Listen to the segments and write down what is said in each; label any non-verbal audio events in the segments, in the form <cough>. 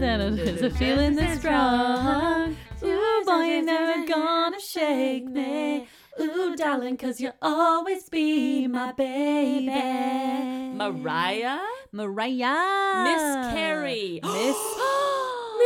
a feeling that's strong. Ooh, boy, you're never gonna shake me. Ooh, darling, cause you'll always be my baby. Mariah? Mariah. Miss Carey. Miss. <gasps>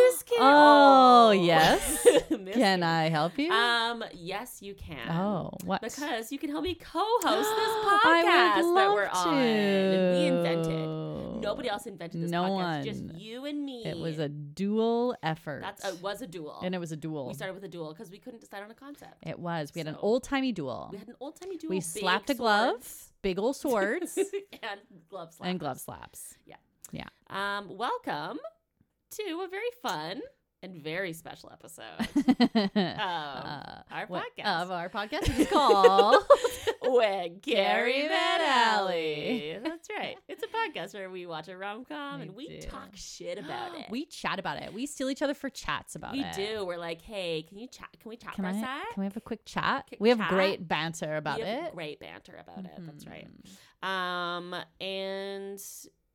Miss Carey. Oh, yes. <laughs> Miss Can I help you? Um, yes, you can. oh, what? Because you can help me co-host <gasps> this I podcast would that love we're on. And we invented. to. Nobody else invented this No podcast. Just one. you and me. It was a dual effort. That's it was a duel. and it was a duel. Oh. we started with a duel because we couldn't decide on a concept. it was. We had an So- old timey duel. We had an old timey duel. We big slapped a glove, <laughs> swords. big old <laughs> swords, and glove slaps. and glove slaps. Um, welcome to a very fun and very special episode <laughs> <laughs> of our Uh, what- podcast. Of our <laughs> podcast, which is called with Carrie Carrie Van Van Alley. Alley. That's right. It's a podcast where we watch a rom com We and we do. talk <laughs> shit about it. <gasps> We chat about it. We steal each other for chats about We it. do. We're like, hey, can you chat? Can we chat Can for I? a sec? Can we have a quick chat? Quick we have chat? great banter about We have it. Great banter about it. That's right. Mhm. Um, and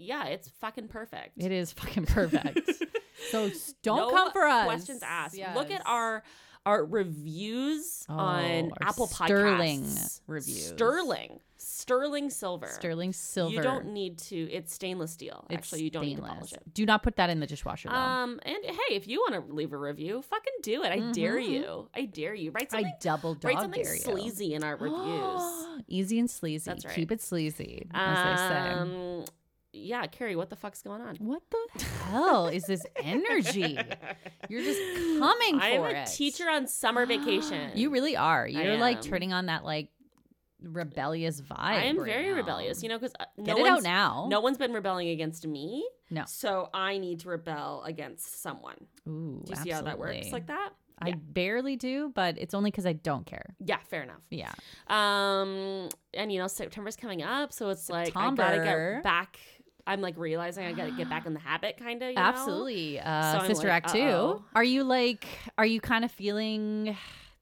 yeah, it's fucking perfect. It is fucking perfect. <laughs> so s- don't No come for us. Questions asked. Look at Yes. our our reviews Oh, on our Apple sterling Podcasts. reviews. Sterling. Sterling silver. sterling silver. You don't need to. It's stainless steel. It's Actually, you don't need to stainless. polish it. Do not put that in the dishwasher. Though. Um, and hey, if you want to leave a review, fucking do it. I dare Mhm. you. I dare you. Write I something. double dog write something dare you. sleazy in our reviews. Easy and sleazy. That's right. Keep it sleazy, <gasps> as they say. um, yeah, Carrie, what the fuck's going on? What <laughs> the hell is this energy? You're just coming for I am a it. teacher on summer vacation. <gasps> You really are. You're like am. turning on that like rebellious vibe. I am right very now. rebellious. You know, because no Get it out one's now. no one's been rebelling against me. No. So I need to rebel against someone. Ooh, Do you see how that works? absolutely. Like that? I Yeah. barely do, but it's only because I don't care. Yeah, fair enough. Yeah. Um, and you know September's coming up, so it's like I gotta September. get back. I'm like realizing I gotta get back in the habit, kind of. You know? Absolutely. So Uh, I'm Sister like, Act 2. uh-oh. Are you like, are you kind of feeling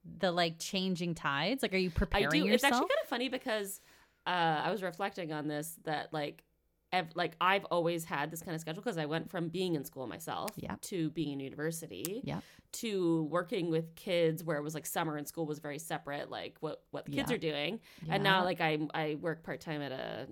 the like changing tides? Like, are you I preparing do. It's yourself? actually kind of funny because uh, I was reflecting on this that like. ev- Like I've always had this kind of schedule because I went from being in school myself Yep. to being in university Yep. to working with kids where it was like summer and school was very separate, like what what the kids Yeah. are doing. And now like I I work part time at a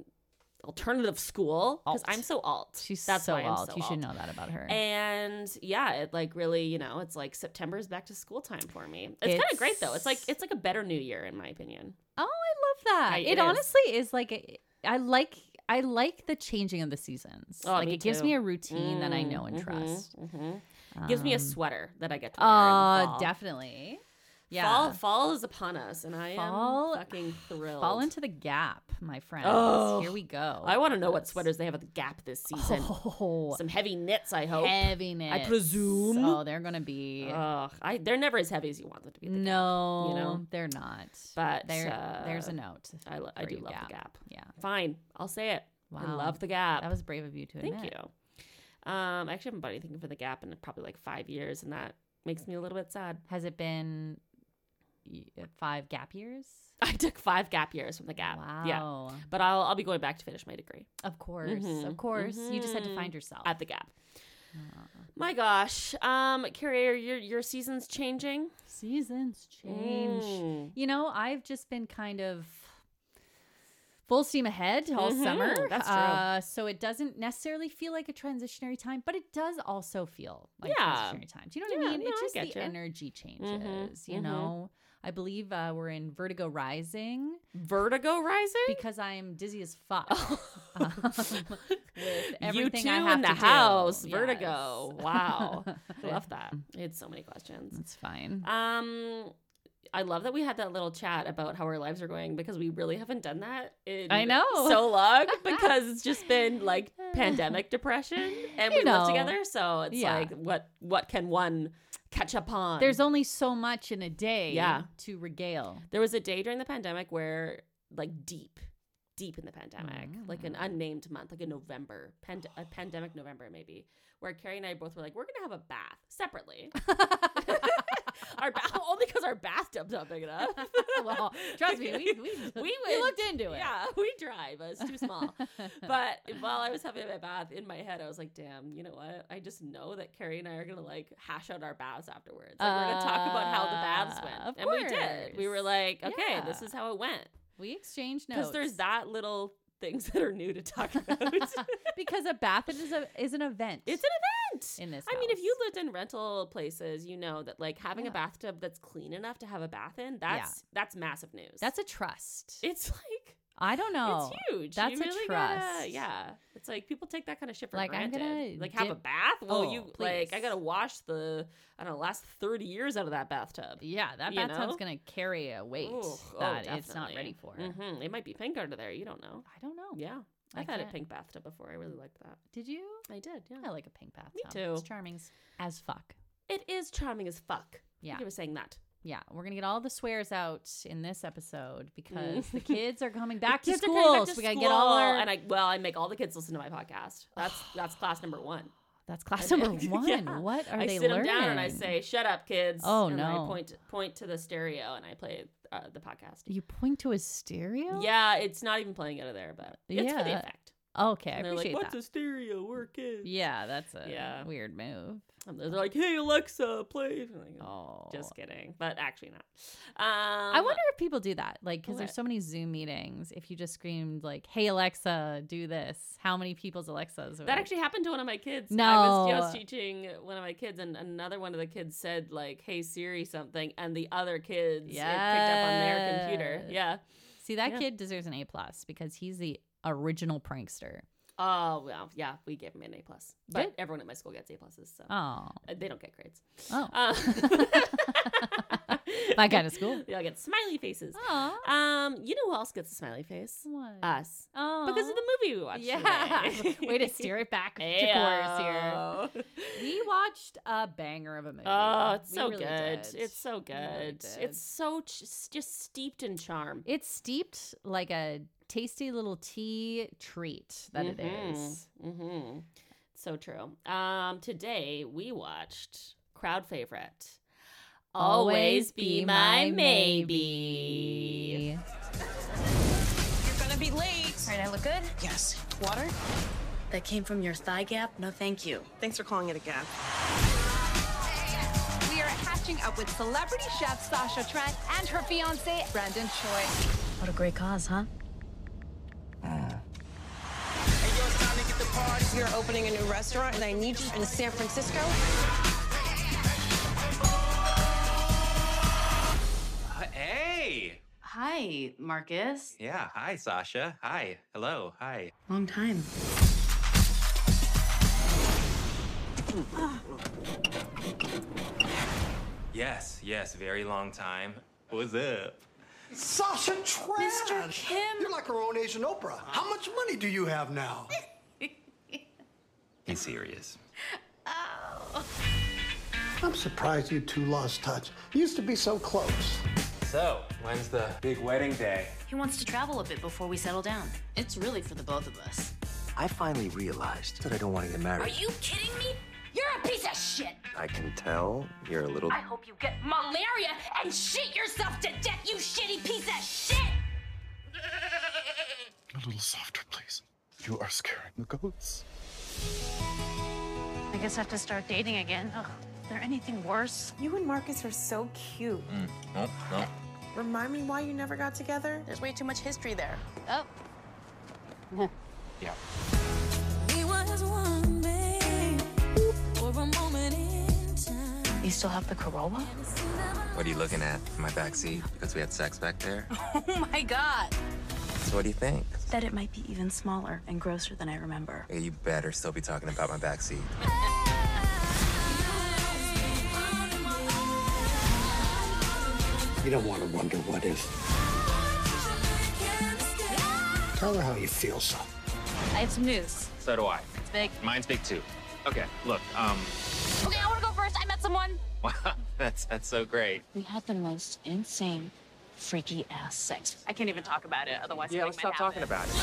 alternative school because Alt. I'm so alt. she's That's so why I'm alt. so you alt. should know that about her. and yeah it like really you know it's like september's back to school time for me it's, kind It's- of great though it's like it's like a better new year in my opinion Oh, I love that. I- it it is. honestly is like a, I like I like the changing of the seasons. Oh, like me it gives too. me a routine that I know and Mhm, trust. mhm. gives me a Um, sweater that i get to wear in the Uh, fall. definitely. Yeah. fall, fall is upon us and i Fall- am fucking thrilled Fall into the gap, my friends. Oh, Here we go. i want to know what Yes. sweaters they have at the gap this season <laughs> Oh, some heavy knits i hope heaviness. presume. Uh, Oh, they're gonna be. Ugh, I, they're never as heavy as you want them to be at the Gap, no, you know? they're not. but there, there's uh, a note. I, lo- I for do you, love Gap. the gap Yeah. fine i'll say it Wow. i love the gap That was brave of you to admit. Thank you. Um, I actually haven't bought anything for the Gap in probably like five years, and that makes me a little bit sad. <laughs> Has it been y- five gap years? I took five Gap years from the Gap. Yeah, Wow. but I'll I'll be going back to finish my degree Of course. Mhm. Of course. You just had to Mhm. find yourself. at the Gap. Ah. My gosh, um, Carrie, are your your season's changing. Seasons change. Mm. You know, I've just been kind of full steam ahead all Mhm. summer. That's true. Uh, so it doesn't necessarily feel like a transitionary time, but it does also feel like Yeah. transitionary time. Do you know what Yeah, I mean? no, I it's just the get ya. energy changes, you mhm. know? I believe uh, we're in Vertigo Rising Vertigo rising. because I'm dizzy as fuck. <laughs> <laughs> Um, <laughs> with you everything two I have in to the do. house. Yes. Vertigo. <laughs> Wow, I <laughs> love that. It's so many questions. That's fine. Um. I love that we had that little chat about how our lives are going because we really haven't done that in I know. so long <laughs> because it's just been like pandemic depression and we You know. live together so it's Yeah. like what what can one catch up on There's only so much in a day Yeah. to regale. there was a day during the pandemic where like deep deep in the pandemic Mm. like an unnamed month like a november pand- <laughs> a pandemic november maybe where carrie and i both were like we're gonna have a bath separately <laughs> our ba- only because our bathtub's not big enough. <laughs> well, trust me, <laughs> we we, We we went- looked into it. yeah, <laughs> we try, but it's <laughs> too small. but while I was having my bath in my head, I was like, damn, you know what? I just know that Carrie and I are gonna like hash out our baths afterwards. Like we're gonna talk about how the baths went. Uh, of and we did. We were course. like, okay, Yeah. this is how it went. we exchanged notes Because there's that little things <laughs> that are new to talk <laughs> about. because a bath is a is an event. It's an event. in this. <laughs> I mean, if you house. lived in rental places, you know that like having Yeah. a bathtub that's clean enough to have a bath in, that's that's massive news. that's a trust. it's like I don't know. it's huge. Oh, that's you a really Gotta, trust. yeah, it's like people take that kind of shit for Like, I'm granted. gonna like have a dip- bath. Well, Oh, you like I please. gotta wash the I don't know last thirty years out of that bathtub. Yeah, that You bathtub's know? gonna carry a weight Ooh, oh, that it's not definitely. ready for. Mhm. It might be pink under there. You don't know. I don't know. Yeah, I I've had a can't- pink bathtub before. I really liked that. Did you? I did. Yeah, I like a pink bathtub. too. It's charming s- as fuck. it is charming as fuck. Yeah. you were saying that. Yeah, we're gonna get all the swears out in this episode because <laughs> the kids are coming back to Kids are school. coming back to so we gotta get all school, our. and I well, I make all the kids listen to my podcast. That's <sighs> that's class number one. That's class and- number one. <laughs> Yeah. What are I they sit learning? them down and I say, "Shut up, kids!" Oh, and I no. point point to the stereo and I play uh, the podcast. You point to a stereo. Yeah, it's not even playing out of there, but it's for the Yeah. effect. Okay, I And they're like, appreciate "What's that. a stereo? We're kids." Yeah, that's a Yeah. weird move. And they're like, "Hey Alexa, play." I'm like, Oh, Just kidding, but actually not. Um, I wonder if people do that, like, because there's what? so many Zoom meetings. If you just screamed like, "Hey Alexa, do this," how many people's Alexas? Would That actually happened to one of my kids. I was just No. teaching one of my kids, and another one of the kids said like, "Hey Siri," something, and the other kids it picked up on their computer. Yes. Yeah. see that Yeah. kid deserves an A plus because he's the original prankster. Oh well, yeah, we gave him an A plus, but Good. everyone at my school gets A pluses, so Oh, uh, they don't get grades. oh, <laughs> Uh, that kind of school. <laughs> they all get smiley faces. Oh, Um, you know who else gets a smiley face? what? Us, oh, Uh, because of the movie we watched. yeah. <laughs> today. Way to <laughs> steer it back to course here. Ayo. We watched a banger of a movie. Oh, it's We so really good. did. It's so We good. really did. it's so ch- s- just steeped in charm. It's steeped like a tasty little tea treat that it is. Mm-hmm. So true. Um, today we watched crowd favorite. Always be my maybe. You're gonna be late. All right, I look good? Yes. Water? That came from your thigh gap? No, thank you. Thanks for calling it a gap. We are catching up with celebrity chef Sasha Trent and her fiance Brandon Choi. What a great cause, huh? We're opening a new restaurant, and I need you in San Francisco. Hey! Hi, Marcus. Yeah, hi, Sasha. Hi. Hello. Hi. Long time. Yes, yes, very long time. What's up? Sasha Trent. Mr. Kim. You're like her own Asian Oprah. How much money do you have now? Be serious. I'm surprised you two lost touch. You used to be so close. So, when's the big wedding day? He wants to travel a bit before we settle down. It's really for the both of us. I finally realized that I don't want to get married. you kidding me? You're a piece of shit. I can tell you're a little. hope you get malaria and shit yourself to death, you shitty piece of shit. A little softer, please. You are scaring the goats. I guess I have to start dating again. Ugh, is there anything worse? You and Marcus are so cute. Mm, No, no. Remind me why you never got together? There's way too much history there. Yeah. You still have the Corolla? What are you looking at? My backseat? Because we had sex back there? <laughs> Oh my god. So, what do you <laughs> think? That it might be even smaller and grosser than I remember. Hey, you better still be talking about my backseat. You don't want to wonder what if. Tell her how you feel, son. I have some news. So do I. It's big. Mine's big too. Okay, look, um, <laughs> Okay, I want to go first. I met someone. wow, that's, that's so great. We had the most insane, freaky ass sex. I can't even talk about it, otherwise. Yeah, let's stop talking about it.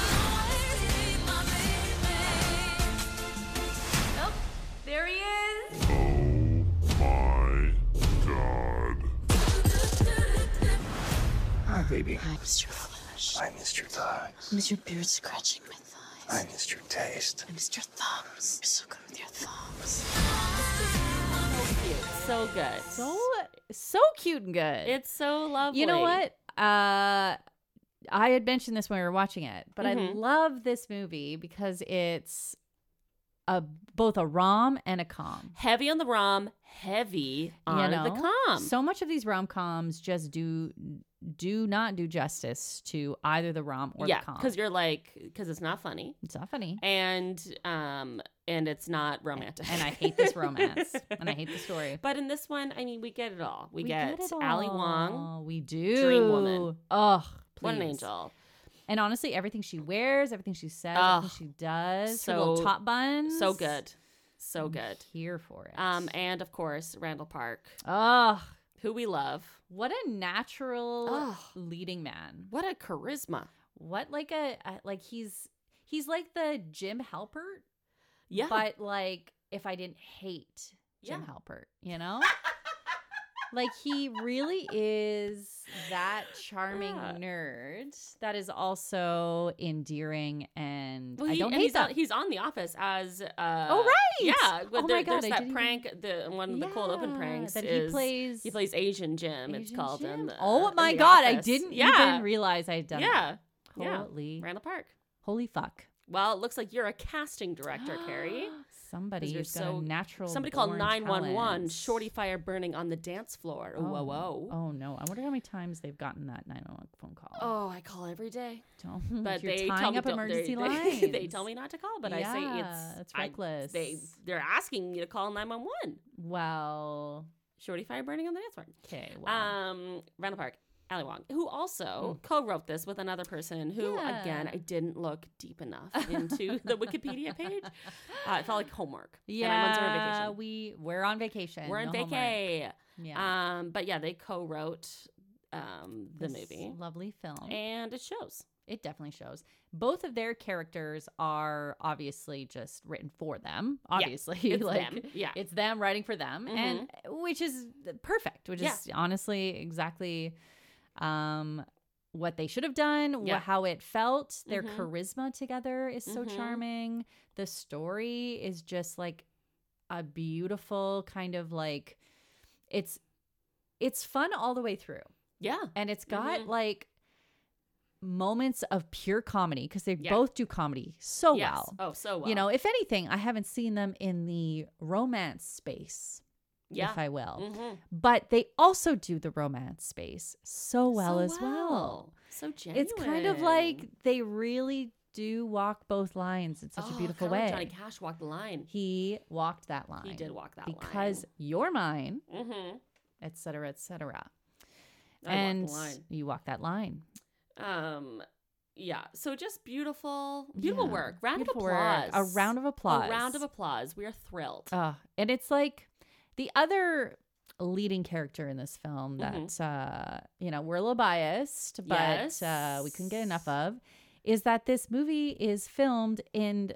There he is. Oh, My God. baby. I missed your flesh. I missed your thighs. I missed your beard scratching my thighs. I missed your taste. I missed your thumbs. You're so good with your thumbs. So good. So so cute and good. it's so lovely. You know what? Uh I had mentioned this when we were watching it, but I Mhm. love this movie because it's a both a rom and a com. Heavy on the rom, heavy You on the know? com. So much of these rom coms just do do not do justice to either the rom or yeah, the com. because you're like, because it's not funny, it's not funny. and um, and it's not romantic. And I hate <laughs> this romance. and I hate the story. But in this one, I mean, we get it all. We, get, it Ali Wong. all. We do. Dream woman. Ugh. What an please. angel. And honestly, everything she wears, everything she says, Ugh. everything she does, her little So- top buns. So good. So I'm good. Here for it. Um, and of course, Randall Park, Ugh. who we love. What a natural Ugh. leading man. What a charisma. What like a, a like he's he's like the Jim Halpert, Yeah. but like if I didn't hate Jim Yeah. Halpert, you <laughs> know? like he really is that charming Yeah. nerd that is also endearing and Well, I he- don't and hate he's on, that. he's on The Office as. Uh, oh right. Yeah. Oh but my there- god. There's I that didn't prank, even- the one of the cold open Yeah, pranks. that he is, plays. He plays Asian Jim. it's Asian called in Jim. the. oh in my The god! I Office. didn't Yeah. even realize I'd done. yeah. that. yeah. Holy, Randall Park. holy fuck! Well, it looks like you're a casting director, <gasps> Carrie. Somebody 'Cause you're who's got so- a natural. Somebody called born 911. talent. Shorty fire burning on the dance floor. Whoa, Oh, whoa. Oh no! I wonder how many times they've gotten that 911 phone call. Oh, I call every day. Don't- But you're they tying tell me up don't- emergency they, lines. <laughs> They, they tell me not to call, but I say Yeah, it's it's I- reckless. they they're asking me to call nine one one. Well, Shorty fire burning on the dance floor. okay. Well, Um, Randall Park, Ali Wong, who also co-wrote this with another person who, Hmm. Yeah. again, I didn't look deep enough <laughs> into the Wikipedia page. Uh, it felt like homework. yeah. and our months are on vacation. we we're on vacation. We're on no homework. vacay. Yeah. Um, but yeah, they co-wrote um the This movie, Lovely film. and <laughs> it shows. It definitely shows. Both of their characters are obviously just written for them. Obviously, <laughs> It's like them. Yeah. it's them writing for them, and which is perfect. Which Mm-hmm. Yeah. is honestly exactly um, what they should have done. Yeah. Wh- how it felt. Their Mhm. charisma together is so Mhm. charming. The story is just like a beautiful kind of like it's it's fun all the way through yeah. and it's got Mhm. like moments of pure comedy because they Yeah. both do comedy so yes. well. Oh, so well. You know, if anything, I haven't seen them in the romance space, yeah. if I will. Mhm. But they also do the romance space so Oh, well So as well. So genuine. It's kind of like they really do walk both lines in such Oh, a beautiful kinda way. like Johnny Cash walked the line. he walked that line. He did walk that because you're mine, line. Mhm. et cetera, et cetera. I walked the and line. you walk that line. Um, yeah. So just beautiful, beautiful Yeah. work. Round Beautiful of applause. work. A round of applause. A round of applause. We are thrilled. Uh, and it's like the other leading character in this film that Mhm. uh, you know we're a little biased, but uh, we couldn't get enough of is that this movie is filmed <sighs> in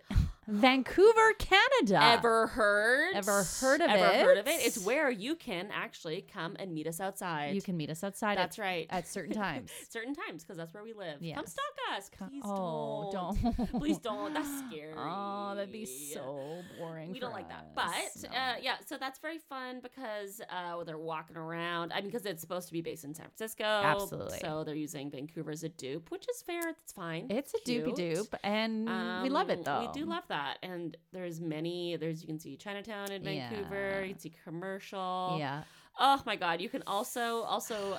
Vancouver, Canada. Ever heard? Ever heard of Ever heard of it? it? It's where you can actually come and meet us outside. You can meet us outside. That's at, right. At <laughs> certain times. Certain times, because that's where we live. Come Yes. stalk us. Co- Please oh, don't. <laughs> Please don't. That's scary. oh, that'd be so boring. we for don't like that. us. But No. uh, yeah, so that's very fun because uh, they're walking around. I mean, because it's supposed to be based in San Francisco. Absolutely. So they're using Vancouver as a dupe, which is fair. That's fine. it's a Cute. doopy doop, and we love it Um, though. We do love that. And there's many, there's, you can see Chinatown in Vancouver. Yeah. You can see commercial. Yeah, Oh my God. You can also, also,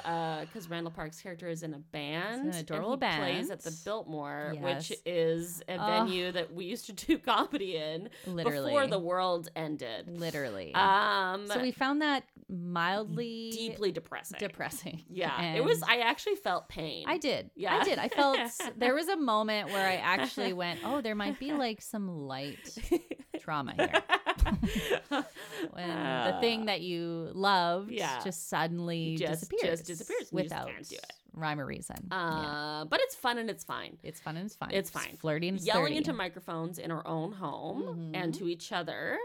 because Randall Park's character is in a band. and adorable he plays at the band. Biltmore, which Yes. is a Ugh. venue that we used to <laughs> do comedy in literally. before the world ended. literally. Um, so we found that mildly deeply depressing. depressing. <laughs> Yeah, it was. I, I actually felt pain. I did. Yeah, Yeah. I did. I felt <laughs> there was a moment where I actually went, "Oh, there might be <laughs> like some light trauma here." When the thing that you loved Uh, Yeah. just suddenly Just- just disappears, disappears and you just without can't do it. rhyme or reason. Uh, yeah. but it's fun and it's fine. It's fun and it's fine. It's fine. flirty and it's Yelling dirty. into microphones in our own home and to each other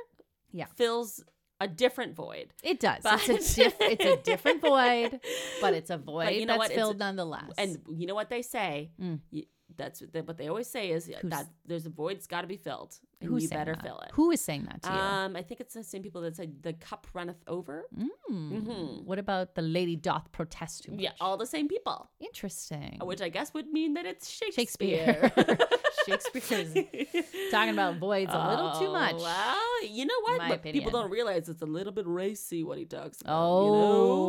Yeah. fills a different void. It does. It's But- a diff- it's <laughs> a different void, but it's a void you know that's what? It's- filled nonetheless. And you know what they say? Mm. Y- That's what they, what they always say is that there's a void's got to be filled, and who's you saying better that? fill it. Who is saying that to you? Um, I think it's the same people that said the cup runneth over. Mm. What about the lady doth protest too much? Yeah, all the same people, Interesting. which I guess would mean that it's Shakespeare. Shakespeare. <laughs> <laughs> Shakespeare's talking about voids a little too Oh, much. Well, you know what? My But people opinion. don't realize it's a little bit racy what he talks about. Oh, you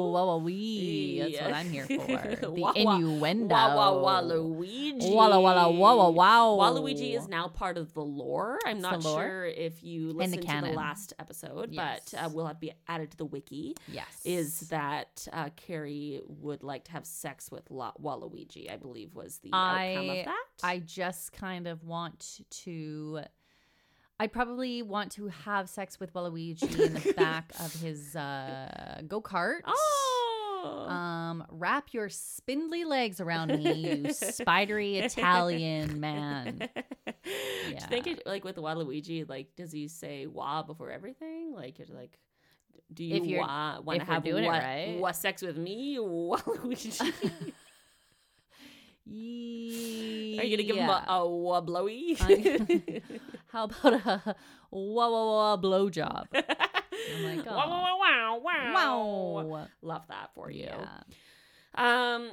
know? wah, wah, wee. That's what I'm <laughs> here for. The Wah, wah- innuendo. Wah, wah, Waluigi. Walla, walla, wah, wah, wow. Waluigi is now part of the lore. I'm It's not the lore. sure if you the listened to the canon. last episode, Yes. but uh, will be added to the wiki. Yes. Is that uh, Carrie would like to have sex with La- Waluigi? I believe was the outcome I- of that. I just kind of want to. I probably want to have sex with Waluigi in <laughs> the back of his uh, go kart. oh, Um, wrap your spindly legs around me, <laughs> you spidery Italian man. Do you think it like with Waluigi, like does he say "wah" before everything? Like you're like, do you If you're- wah, want to if we're have doing it wah, right. wah sex with me, <laughs> <laughs> Waluigi? Are you gonna give him a, Yeah. a wah blowy? <laughs> <laughs> I- How about a whoa, whoa, whoa <laughs> blowjob? I'm like, Wah, wah, oh, wah, wow, wow. Love that for you. Yeah. Um.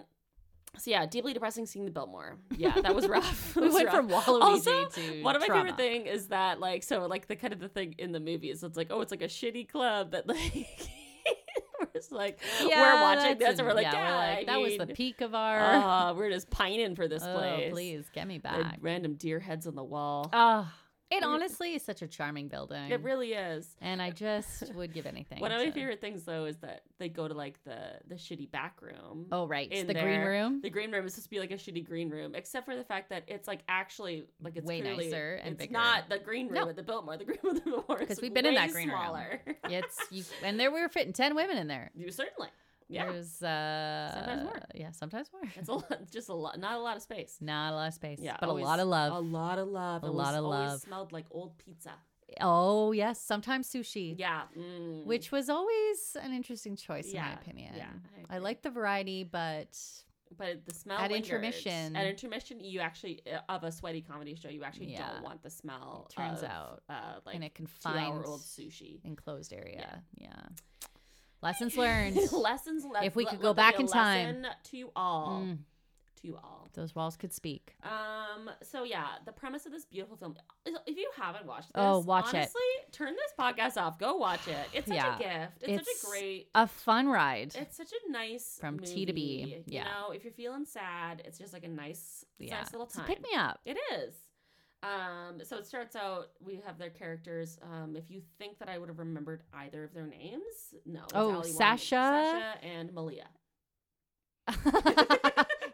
So yeah, deeply depressing seeing the Biltmore. Yeah, that <laughs> was rough. <laughs> It We was went rough. from Waluigi also, to one of my trauma. favorite thing is that like so like the kind of the thing in the movie is it's like oh it's like a shitty club that like <laughs> we're just like we're Yeah, watching this that's and an- we're yeah, like yeah, I that was the mean, peak of our. <laughs> uh, we're just pining for this oh, place. please get me And back. random deer heads on the wall. Oh, it honestly is such a charming building. ah, it really is. and I <laughs> just would give anything. One of my to- favorite things though is that they go to like the the shitty back room. Oh right, in the green there. room. <laughs> The green room is supposed to be like a shitty green room, except for the fact that it's like actually like it's Way clearly- nicer and it's bigger. not the green room No. at the Biltmore. The green room at the Biltmore <laughs> 'Cause because we've been in that green room. smaller. <laughs> it's you, and there we were fitting ten women in there. you certainly, yeah, There's uh, Sometimes more. Yeah, sometimes more. it's a lot, just a lot, not a lot of space. Not a lot of space, Yeah, but always- a lot of love. A lot of love. A It was- lot of always love. Smelled like old pizza. Oh yes, sometimes sushi. Yeah. mm. Which was always an interesting choice, in my Yeah, opinion. yeah, I I, like the variety, but but it- the smell At lingers. intermission- At intermission, you actually uh, of a sweaty comedy show, you actually Yeah. don't want the smell. turns of, out uh, like in a two-hour confined, old sushi. enclosed area. Yeah. Lessons <laughs> learned. lessons left. If we let- could go let there back be a in time. lesson to you all, Mm. to you all. Those walls could speak. Um. So yeah, the premise of this beautiful film. If you haven't watched this, Oh, watch it. honestly, turn this podcast off. Go watch it. It's such Yeah. a gift. It's, It's such a great. A fun ride. It's such a nice From T to B, movie. yeah. You know, if you're feeling sad, it's just like a nice, it's a yeah. nice little It's a time. pick me up. <laughs> <laughs> It is. Um, so it starts out. We have their characters. Um, if you think that I would have remembered either of their names, no. it's Oh, Ali Wong- Sasha. Sasha and Malia.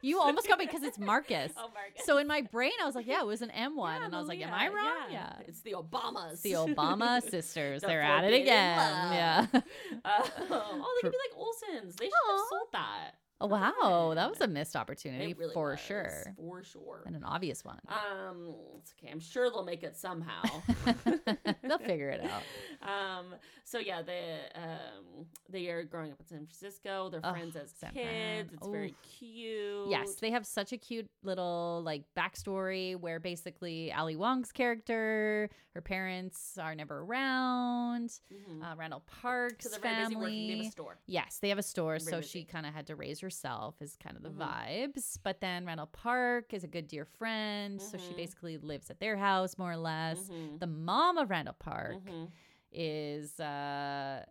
you almost got me because it's Marcus. <laughs> Oh, Marcus. So in my brain, I was like, yeah, it was an M one. Yeah, and I was like, am I Malia, wrong? Yeah. <laughs> it's the Obamas. It's the <laughs> Obama sisters. The They're at it forbidden again. love. Yeah. <laughs> Uh, oh, they For- could be like Olsons. They should Aw. have sold that. Oh, wow. That was a missed opportunity It really for was, sure. For sure. And an obvious one. Um, it's okay. I'm sure they'll make it somehow. <laughs> They'll figure it out. <laughs> Um, so yeah, they um they are growing up in San Francisco. They're Ugh, friends as San Fran. kids. It's very Oof. cute. Yes, they have such a cute little like backstory where basically Ali Wong's character, her parents are never around. Mhm. Uh, Randall Parks because they're very busy working. They have family. a store. Yes, they have a store, Very so busy. she kind of had to raise herself. Is kind of the Mhm. vibes. But then Randall Park is a good dear friend, so she Mhm. basically lives at their house more or less. Mhm. The mom of Randall Park Mhm. is uh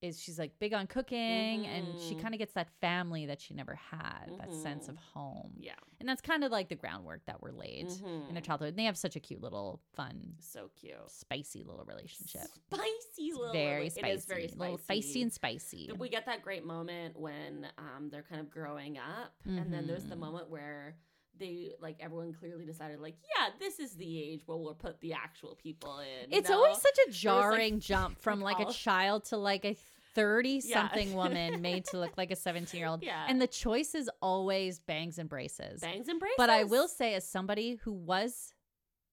is she's like big on cooking and she Mhm. kind of gets that family that she never had that sense Mhm. of home Yeah. and that's kind of like the groundwork that we're laid in their Mhm. childhood and they have such a cute little fun So cute. spicy little relationship Spicy It's little. very it spicy is very spicy. little spicy and spicy we get that great moment when um, they're kind of growing up and then there's the Mhm. moment where they like everyone clearly decided like yeah this is the age where we'll put the actual people in you it's know? always such a jarring <laughs> jump from like like a all- child to like a 30 Yeah. something woman made to look like a 17 year old <laughs> Yeah. and the choice is always bangs and braces <laughs> bangs and braces But I will say, as somebody who was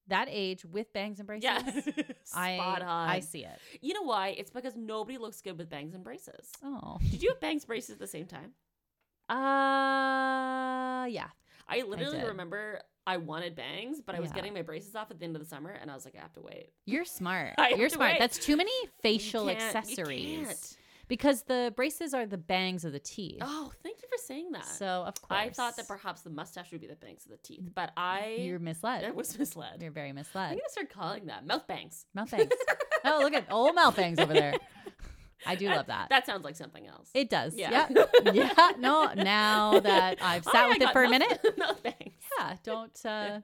that age with bangs and braces. Yeah. <laughs> I, <laughs> Spot on. I see it. You know why? It's because nobody looks good with bangs and braces. Oh. Did you have bangs braces at the same time? Uh, yeah. I literally did. remember I wanted bangs, but I was Yeah. getting my braces off at the end of the summer, and I was like, I have to wait. You're smart. <laughs> I have You're to smart. wait. That's too many facial can't- you accessories. can't. Because the braces are the bangs of the teeth. Oh, thank you for saying that. so of course. I thought that perhaps the mustache would be the bangs of the teeth, but I you're <laughs> misled. I was misled. You're very I'm misled. <laughs> gonna start calling that mouth bangs. Mouth bangs. oh, look <laughs> at old mouth bangs over there. I do love that. That sounds like something else. it does. Yeah. Yeah. <laughs> Yeah. No, now that I've sat Oh, with I it for a got minute. mouth- <laughs> mouth bangs. Yeah. Don't uh,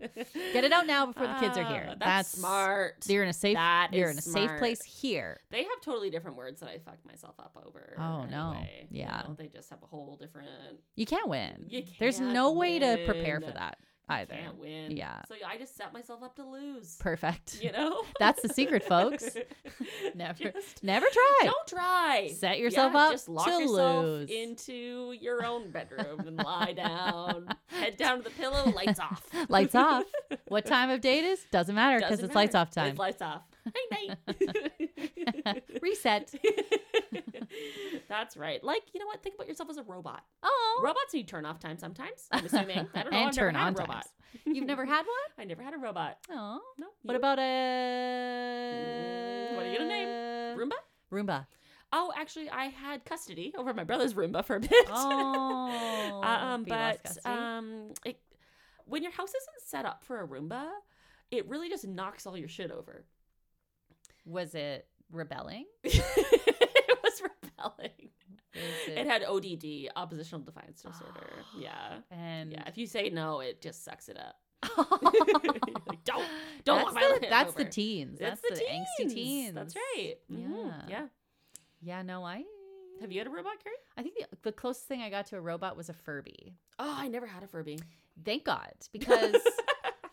get it out now before the kids are Ah, here. that's smart. You're in a safe. That you're is in a safe smart. place here. They have totally different words that I fucked myself up over. Oh, no. anyway, you Yeah. know, they just have a whole different. You can't win. You There's can't no way to prepare for win. that you either. Can't win. Yeah. So I just set myself up to lose. Perfect. You know. That's the secret, <laughs> folks. <laughs> Never, Just- never try. Don't try. Set yourself up Just lock to yourself lose. into your own bedroom <laughs> and lie down. Head down to the pillow. Lights off. <laughs> lights off. What time of day it is doesn't matter because Doesn't it's lights matter. off time. It's <laughs> lights off. Night night. <laughs> <laughs> Reset. That's right. Like you know what? Think about yourself as a robot. Oh, Robots need turn off time sometimes. I'm assuming. I don't <laughs> and know. I've turn never had on a robot. times. You've never had one? I never had a robot. Oh. <laughs> No. What you? about a Mm, What are you gonna Uh, name? Roomba? Roomba. Oh, actually, I had custody over my brother's Roomba for a bit. <laughs> Oh. um, be less but gusty. um, it, when your house isn't set up for a Roomba, it really just knocks all your shit over. <laughs> was it rebelling? it was repelling. Is It had ODD, oppositional <gasps> defiance disorder. Yeah. and <laughs> Yeah, <laughs> if you say no, it just sucks it up. <laughs> You're don't like, <gasps> don't, don't that's want my the, life that's the over." teens. It's That's the, angsty teens. That's right. Mhm. Yeah. Yeah. Yeah, no, I Have you had a robot, Carrie? I think the, the closest thing I got to a robot was a Furby. Oh, I never had a Furby. Thank God, <laughs> because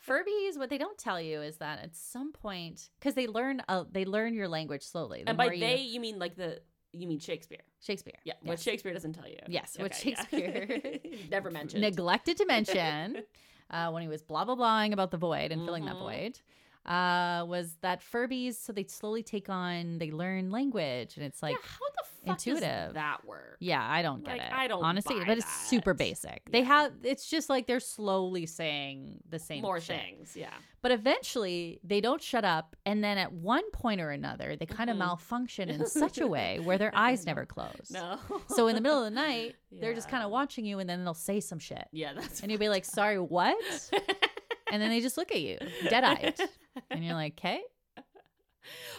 Furbies, what they don't tell you is that at some point, because they learn, uh, they learn your language slowly. The and by more you- they, you mean like the you mean Shakespeare? Shakespeare, Yeah, yes. what Shakespeare doesn't tell you. Yes, what Okay, yeah. <laughs> Shakespeare never mentioned. neglected to <laughs> mention uh, when he was blah blah blahing about the void and filling that Mhm. void uh, was that Furbies. So they slowly take on, they learn language, and it's Yeah, like, how the fuck does intuitive. that work? yeah, I don't get Like, it. I don't honestly, buy but it's super that. basic. They Yeah. have, it's just like they're slowly saying the same More shit. things. Yeah. But eventually, they don't shut up. And then at one point or another, they kind of Mhm. malfunction <laughs> in such a way where their eyes never close. No. So in the middle of the night, they're just Yeah. kind of watching you and then they'll say some shit. <laughs> yeah, that's <laughs> And you'll be like, sorry, what? and then they just look at you, dead eyed. And you're like, okay.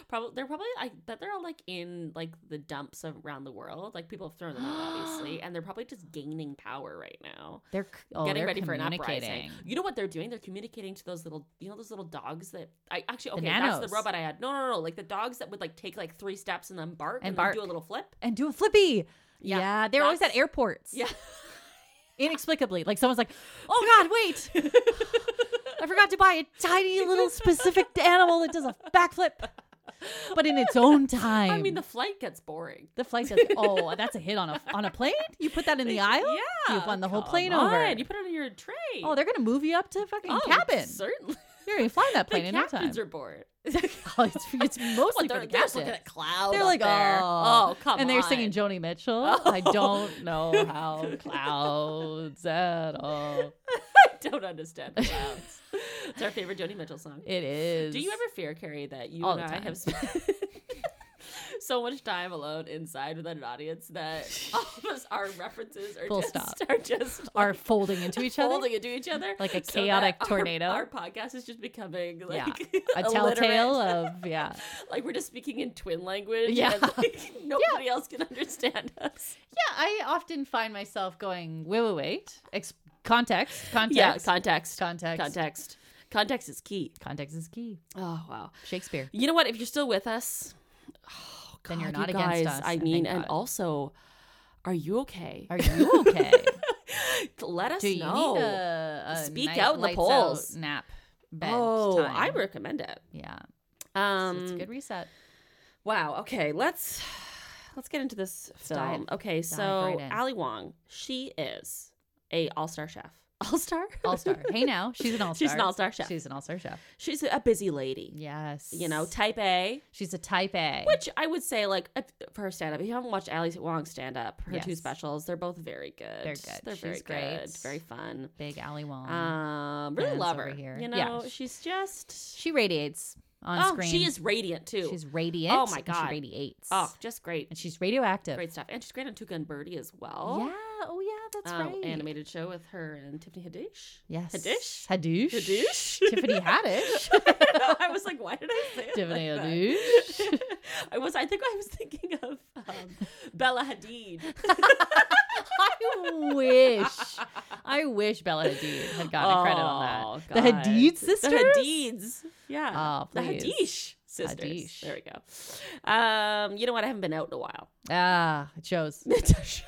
probably they're probably I bet they're all like in like the dumps of- around the world. Like people have thrown them out, <gasps> obviously, and they're probably just gaining power right now. They're c- oh, getting they're ready for an uprising. communicating. You know what they're doing? They're communicating to those little, you know, those little dogs that I actually The okay, that's nanos. the robot I had. No, no, no, like the dogs that would like take like three steps and then bark And and, then bark. do a little flip. And do a flippy. Yeah. Yeah, they're always at that's- airports. Yeah, <laughs> Inexplicably. Like someone's like, oh God, <laughs> wait. I forgot to buy a tiny little specific <laughs> animal that does a backflip, but in its own time. <laughs> I mean the flight gets boring. The flight <laughs> says, "Oh, that's a hit on a on a plane. You put that in the aisle. Yeah, you've won the whole come plane over. on, You put it on your tray. oh, they're gonna move you up to fucking Oh, cabin. Certainly, <laughs> You're gonna fly that the plane in no time. captains are bored. oh, <laughs> it's, it's mostly <laughs> What, for they're, the they're just captain. looking at cloud. They're up like, there. oh, oh, come and on. they're singing Joni <laughs> Mitchell. I Oh. don't know how clouds at all. I <laughs> don't understand <laughs> clouds. it's our favorite Joni Mitchell song. It is. Do you ever fear, Carrie, that you All and the I time. have spent <laughs> <laughs> so much time alone inside without an audience that <laughs> all of us, our references are Full just stop. are just are like, folding into each other? folding into each other Like a so that chaotic our- tornado? Our, podcast is just becoming yeah, like a telltale <laughs> illiterate. of <laughs> yeah. like we're just speaking in twin <laughs> language. Yeah. and, like, nobody else can understand us. Yeah, I often find myself going, wait, wait, wait. Ex- <laughs> context, context, Yeah, context, Context. context, context is key. context is key. Oh wow. <laughs> Shakespeare. You know what? If you're still with us, oh, Then you're God, not you against guys, us, I and mean, thank and God. also, are you okay? Are you <laughs> okay? Let us Do you know. need a, a Speak night out in the lights out polls. nap? Bed oh, time? I recommend it. Yeah, Um, it's a good reset. Wow. Okay, let's let's get into this dive- film. Okay, dive right so in. Ali Wong, she is a all star chef. All star? All star. Hey now, she's an all star. <laughs> She's an all-star chef. She's an all star chef. She's a busy lady. Yes. You know, type A. she's a type A. Which I would say, like, if- for her stand up, if you haven't watched Ali Wong stand up, her two Yes. specials, they're both very good. They're good. They're She's very great. good. Very fun. Big Ally Wong. Um, really fans love over her. here. You Yeah. know, she's just. she radiates on oh, screen. she is radiant too. She's radiant. Oh my and God. She radiates. oh, just great. And she's radioactive. great stuff. And she's great on Tuca and Birdie as well. Yeah. Oh yeah, that's Um, right. Animated show with her and Tiffany Haddish. Yes. <laughs> Haddish. <laughs> Haddish. Haddish? Tiffany Haddish. I, know, I was like, why did I say it Tiffany like that? Haddish. <laughs> I was. I think I was thinking of um, Bella Hadid. <laughs> I wish. I wish Bella Hadid had gotten a credit on that. Oh, The God. Hadid sisters. The Hadids. Yeah. Oh, the please. Hadish sisters. Hadish. There we go. Um, you know what? I haven't been out in a while. <laughs> Ah, it shows. It <laughs> does show.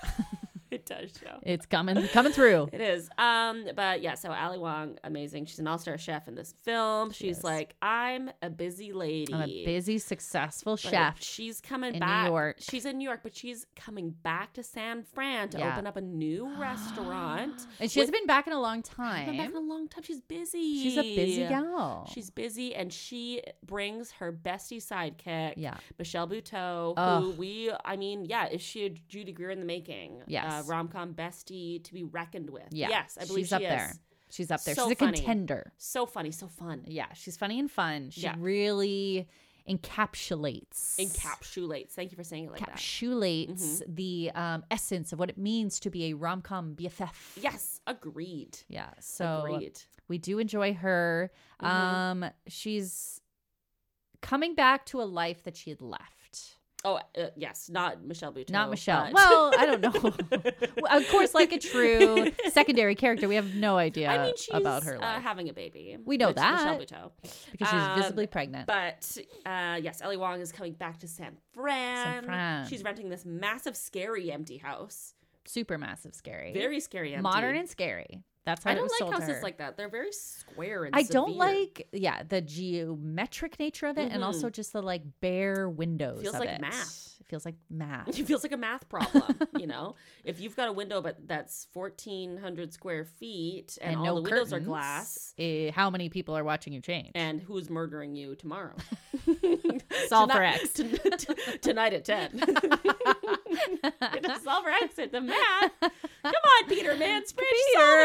it does show. It's coming, coming through. It is. Um, but yeah, so Ali Wong, amazing. She's an all-star chef in this film. She's is. like, I'm a busy lady. I'm a busy, successful But chef. She's coming in New back. York. She's in New York, but she's coming back to San Fran to Yeah. open up a new <gasps> restaurant. <gasps> and she hasn't been back in a long time. Been back in a long time. She's busy. She's a busy gal. She's busy, and she brings her bestie sidekick, Yeah. Michelle Buteau, who Ugh. we, I mean, yeah, is she a Judy Greer in the making? Yes. uh, rom com bestie to be reckoned with. yeah. Yes, I believe she's she up is. there. She's up there. So she's a funny. contender. So funny, so fun. Yeah, she's funny and fun. She Yeah. really encapsulates Encapsulates. Thank you for saying it like that. Mm-hmm. encapsulates the um, essence of what it means to be a rom com BFF. Yes, agreed. Yeah. So agreed. Mm-hmm. we do enjoy her. Um, she's coming back to a life that she had left. Oh, uh, yes, not Michelle Buteau. Not Michelle. but- Well, I don't know. <laughs> Well, of course, like a true secondary character, we have no idea I mean, she's about her uh, life having a baby. We know which that. Michelle Buteau. because she's um, visibly pregnant. But uh, yes, Ellie Wong is coming back to San Fran. San Fran. She's renting this massive, scary, empty house. Super massive, scary, Very scary, empty. modern and scary. That's how I it don't was like sold to houses her. like that. They're very square and. I don't severe. like, yeah, the geometric nature of it, and also just the like bare windows. Mm-hmm. Feels of like it. math. It feels like math. <laughs> It feels like a <laughs> math problem, you know. If you've got a window, but that's fourteen hundred square feet, <laughs> and, all the windows are curtains, glass, eh, how many people are watching you change? and who's murdering <laughs> you tomorrow? Solve for Tonight- X. <laughs> t- tonight at ten. <laughs> It's all for exit the math. Come on, Peter Man, spread solve it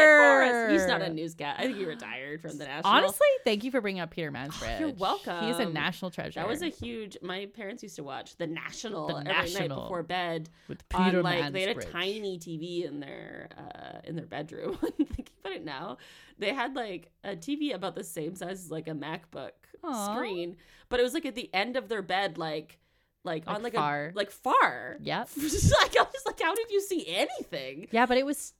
for us. He's not a Peter. news guy. I think he retired from the <laughs> national. Honestly, thank you for bringing up Peter Mansbridge. <laughs> you're He's a welcome. national treasure. that was a huge. My parents used to watch the National The every night National before bed. With on, Peter like they had a Mansbridge. tiny TV in their uh, in their bedroom. <laughs> I'm thinking about it now. They had like a TV about the same size as like a MacBook Aw. screen, but it was like at the end of their bed, like like, on Like like far. a like far. <laughs> Yep. like I was like, how did you see anything? Yeah, but it was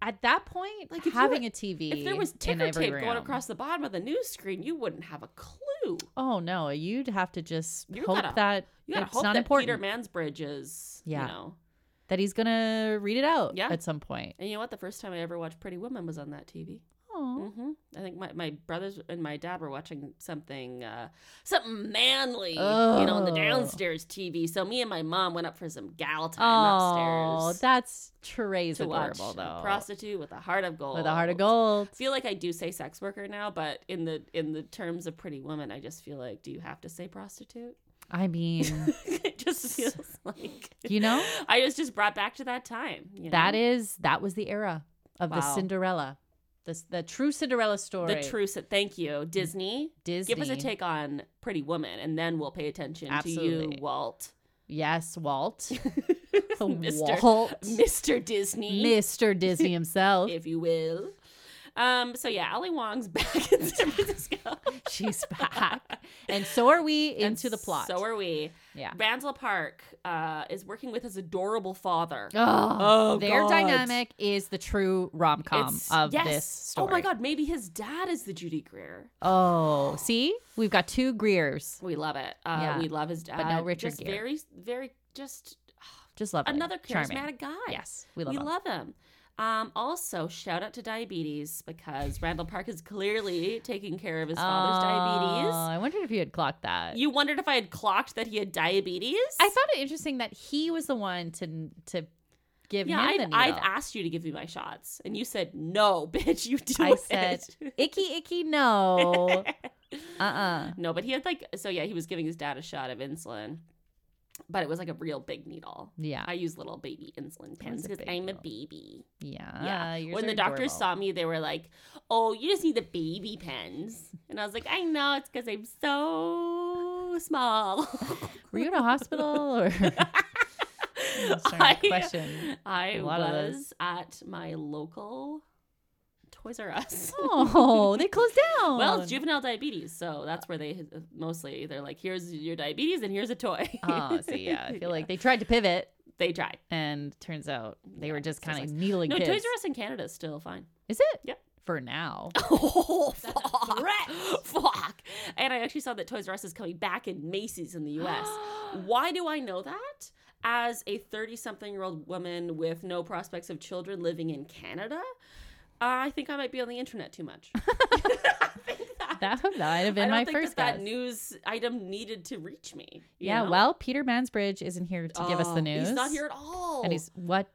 at that point Like, like if you having were- a TV. If there was in ticker every tape room. going across the bottom of the news screen, you wouldn't have a clue. Oh no, you'd have to just You hope gotta- that You gotta it's hope not that important Peter Mansbridge is, Yeah. you know. that he's gonna read it out Yeah. at some point. And you know what? The first time I ever watched Pretty Woman was on that TV. Oh, hmm I think my, my brothers and my dad were watching something uh, something manly, you know, on the Oh. downstairs TV. So me and my mom went up for some gal time oh upstairs that's Trey's to watch adorable though. a prostitute with a heart of gold. With a heart of gold. I feel like I do say sex worker now, but in the in the terms of Pretty Woman, I just feel like, do you have to say prostitute? <laughs> I mean, it just feels <laughs> like you know, I was just brought back to that time. You that know? is that was the era of the Wow. Cinderella, the the true Cinderella story. the truth. Thank you, Disney. Disney. Give us a take on Pretty Woman, and then we'll pay attention to Absolutely. you, <laughs> Walt, <laughs> Yes, Walt. <laughs> Mr. Walt. Mr. Disney, Mr. Disney <laughs> himself. if you will. Um. So yeah, Ali Wong's <laughs> back in San Francisco. She's back. And so are we And into the plot. So are we. Yeah. Ransel Park uh, is working with his adorable father. Oh, Oh, their God. dynamic is the true rom com It's- of yes. this story. Oh my God, maybe his dad is the Judy Greer. Oh, see, we've got two Greers. We love it. Uh, Yeah. We love his dad. no Richard Just Gere. very, very, just Just love it. another charismatic Charming. guy. Yes, we love we him. love him. Um, also, shout out to diabetes because Randall Park is clearly taking care of his father's Oh, diabetes. I wondered if you had clocked that. You wondered if I had clocked that he had diabetes? I found it interesting that he was the one to to give Yeah, him I've, the I've needle. asked you to give me my shots, and you said no, <laughs> bitch. You do I said, it." icky, icky, no. Uh uh <laughs> no, but he had like so yeah, he was giving his dad a shot of insulin, but it was like a real big needle. Yeah. I use little baby insulin pens a because big I'm needle. a baby. Yeah. Yeah. yours when are the doctors adorable. saw me, they were like, "Oh, you just need the baby pens," and I was like, "I know it's because I'm so <laughs> small." Were you in a <laughs> hospital or? <laughs> I'm starting to question I a lot of those. was at my local Toys R Us. Oh, they closed down. Well, it's juvenile diabetes, so that's where they mostly they're like, "Here's your diabetes, and here's a toy." Oh, see, yeah. I feel like they tried to pivot, <laughs> they try. and turns out they were just so it's kind of like- needling No, kids. Toys R Us in Canada is still <laughs> fine. Is it? Yep. For now. Oh, fuck. <laughs> Fuck. And I actually saw that Toys R Us is coming back in Macy's in the <gasps> US. Why do I know that? As a 30 something year old woman with no prospects of children living in Canada, I think I might be on the internet <laughs> too much. That would not have <laughs> I been don't my think first that, that guess. news item needed to reach me. you yeah, know? well, Peter Mansbridge isn't here to give us the Oh, news. He's not here at all. And he's what?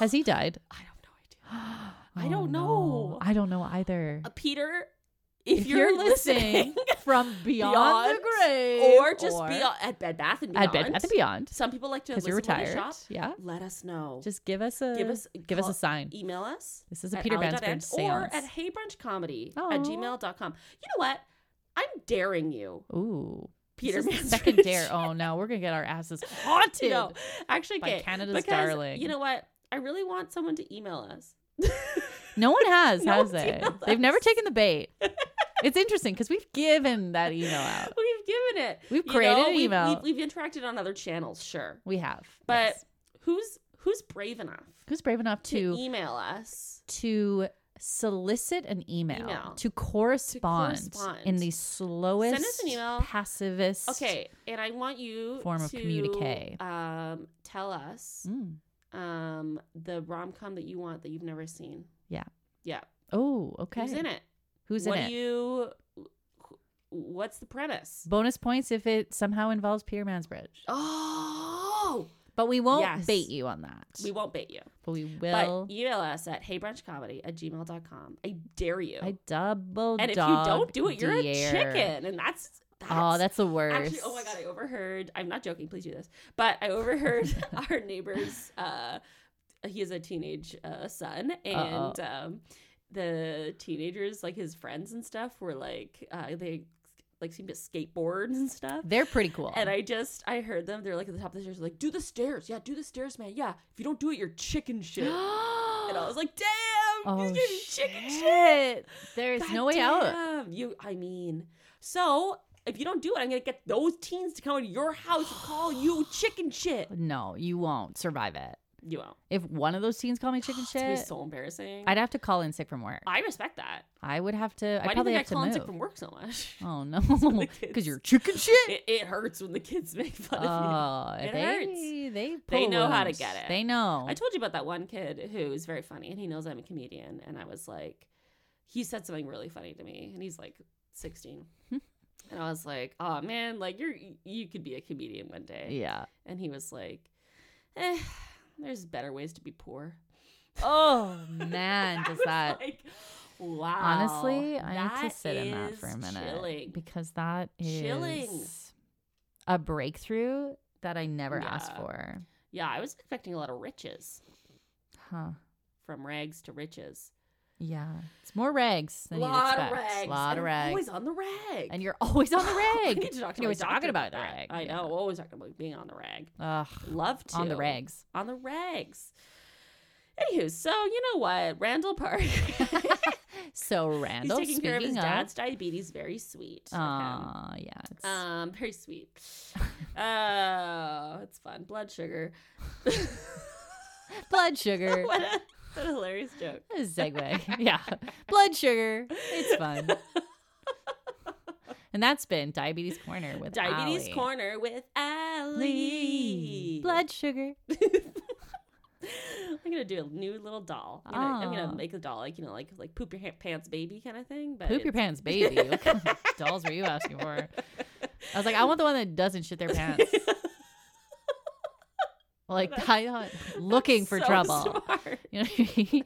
Has he <sighs> died? I have no idea. I Oh, don't no. know. I don't know either. Uh, Peter, if, you're, listening, <laughs> from <laughs> beyond, the grave, or just be at Bed Bath and Beyond. at Bed Bath and Beyond, Some people like to because listen you're when they retired. shop. Yeah, Let us know. just give us a give us give us call- E a sign. Email us. This is a at Peter ally.ed Mansbridge or seance. at heybrunchcomedy Aw. at gmail.com. You know what? I'm daring you, Ooh, Peter this is <laughs> the Mansbridge. second dare. Oh no, we're gonna get our <laughs> asses haunted. no, actually, by okay, Canada's because darling. You know what? I really want someone to email us. <laughs> No one has, No has one's they? emailed They've never us. taken the bait. it's interesting because we've given that email out. <laughs> We've given it. We've You created know, an we've- email. We've, we've interacted on other channels, sure, We have, but yes. who's who's brave enough who's brave enough to, e to email us? to solicit an email, Email. to, correspond correspond. in the slowest, Send us an email. passivest. Okay, and I want you Form of to, communique. Um, tell us Mm, um the rom com that you want that you've never seen. Yeah. Yeah. Oh, okay. Who's in it? Who's what in it? do you? What's the premise? Bonus points if it somehow involves Peter Mansbridge. Oh, But we won't Yes. bait you on that. we won't bait you. but we will. But email us at heybrunchcomedy at gmail.com. I dare you. I double and if you dog don't do it, you're dare. a chicken. And that's, that's Oh, that's the worst. Actually, oh my god, I overheard. I'm not joking. Please do this, but I <laughs> overheard <laughs> our neighbors. Uh, he has a teenage uh, son, Uh-oh. and um, the teenagers, like his friends and stuff, were like uh, they like seemed to skateboard and stuff. They're pretty cool. and I just I heard them. They're like at the top of the stairs, like do the stairs, yeah, do the stairs, man, yeah. If you don't do it, you're <gasps> chicken shit. and I was like, damn, oh, he's getting chicken shit. shit. There's no way out. Goddamn, You, I mean, so if you don't do it, I'm gonna get those teens to come to your house and <gasps> call you chicken shit. No, you won't survive it. You won't. If one of those teens <gasps> call me chicken It's gonna be shit, so embarrassing. I, I'd have to call in sick from work. respect that. I would have to. Why I do you probably think I have to call in move. sick from work so <laughs> much? Oh <laughs> no, kids. because you're chicken <laughs> shit. It, it hurts when the kids make fun of Oh, you. It they hurts. they They pull know how to wounds. get it. They know. I told you about that one kid who is very funny, and he knows I'm a comedian. And I was like, he said something really funny to me, and he's like 16. Hmm. And I was like, "Oh man, like you're you could be a comedian one day." yeah. And he was like, eh, there's better ways to be <laughs> poor. Oh man, does that Like, wow. honestly? I need that to sit in that for a is minute Chilling. because that is Chilling. a breakthrough that I never asked Yeah. for. yeah, I was expecting a lot of riches Huh. from rags to riches. Yeah. It's more rags than you'd expect. Lot and of I'm rags. Always on the rag. <laughs> and you're always on the <laughs> I rag. need to talk to You're my always talking doctor about the that. rag. I Yeah. know. Always talking about being on the rag. Ugh. Love to. On the rags. On the rags. Anywho, so you know what? Randall Park. <laughs> So He's Randall, taking care of his speaking dad's diabetes. Very sweet. of him. Aw, yeah. It's, Um, very sweet. Oh, it's fun. Blood sugar. <laughs> blood sugar. What a, what a hilarious joke. A segue. <laughs> yeah. Blood sugar. It's <laughs> fun. and that's been Diabetes Corner with Diabetes Ally. Corner with Allie. Blood sugar. I'm gonna do a new little doll. You know, I'm Aw. gonna make a doll like you know, like like poop your ha- pants, baby, kind of thing. But Poop your it's- pants, baby. What kind <laughs> of dolls were you asking <laughs> for? I was like, I want the one that doesn't shit their pants. Like I thought, looking for so trouble. <laughs> <laughs> smart. You know what I <laughs> mean?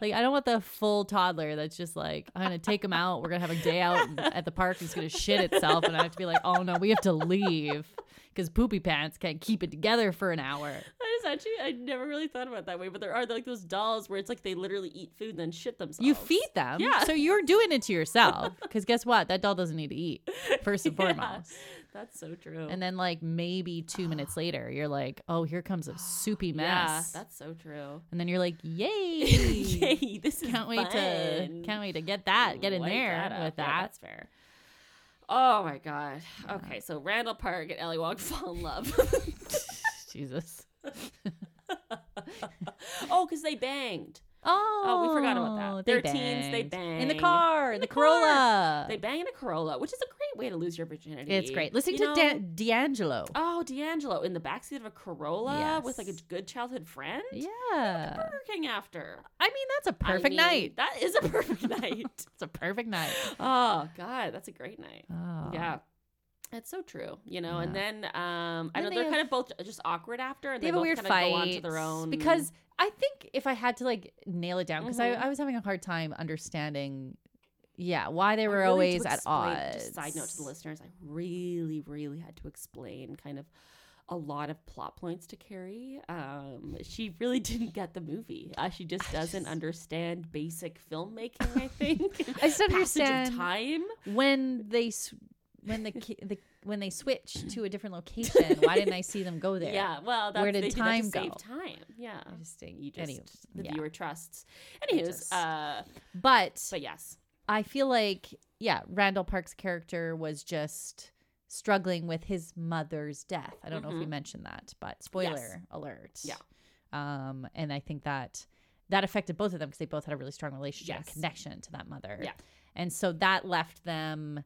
Like I don't want the full toddler that's just like, I'm gonna take him out. We're gonna have a day <laughs> out and- at the park. It's gonna shit itself, and I have to be like, oh no, we have to leave because poopy pants can't keep it together for an hour. That is actually I never really thought about it that way, but there are like those dolls where it's like they literally eat food and then shit themselves. You feed them, Oh, Yeah. So you're doing it to yourself because guess what? That doll doesn't need to eat first <laughs> and foremost. That's so true. And then like maybe two minutes later, you're like, oh, here comes a soupy yeah, mess. that's so true. and then you're like, yay. <laughs> Yay! This is Can't wait fun. to can't wait to get that, get in Light there that up. with Yeah, that. that's fair. Oh my god. Okay, so Randall Park and Ellie Wong <laughs> fall in love. Jesus. oh, because they banged. Oh, we forgot about that. They're teens, they in the bang. car, In the the car. Corolla. They bang in a Corolla, which is a great way to lose your virginity. It's great. Listening You to know- Dan- D'Angelo. Oh, D'Angelo in the backseat of a Corolla with like a Yes. good childhood friend. yeah, Burger King after. I mean that's a I perfect mean, night. That is a <laughs> perfect <laughs> night. It's a perfect night. Oh God, that's a great night. <gasps> Oh. Yeah. Um, That's so true, you know. And Yeah. then um, I Then know they they're kind have- of both just awkward after, and they they, have a both weird kind fight of go on to their own because I think if I had to like nail it down because Mhm. I, I was having a hard time understanding, yeah, why they I were really always to at explain- odds. Just side note to the listeners, I really, really had to explain kind of a lot of plot points to Carrie. Um, she really <laughs> didn't get the movie. Uh, she just doesn't understand basic filmmaking. <laughs> I think <laughs> I just don't Passage understand. of time. when they s- when the, ki- the when they switched to a different location, why didn't I see them <laughs> go there? Yeah, well, that's, Where did they time do that to go? Save time. Yeah, Interesting. you just Any- the yeah. viewer trusts. Anywho's, just- uh, But but yes, I feel like yeah, Randall Park's character was just struggling with his mother's death. I don't know if we mentioned that, but spoiler alert. Mm-hmm. Yeah. Um, and I think that that affected both of them because they both had a really strong relationship and Yes. connection to that mother. Yeah. And so that left them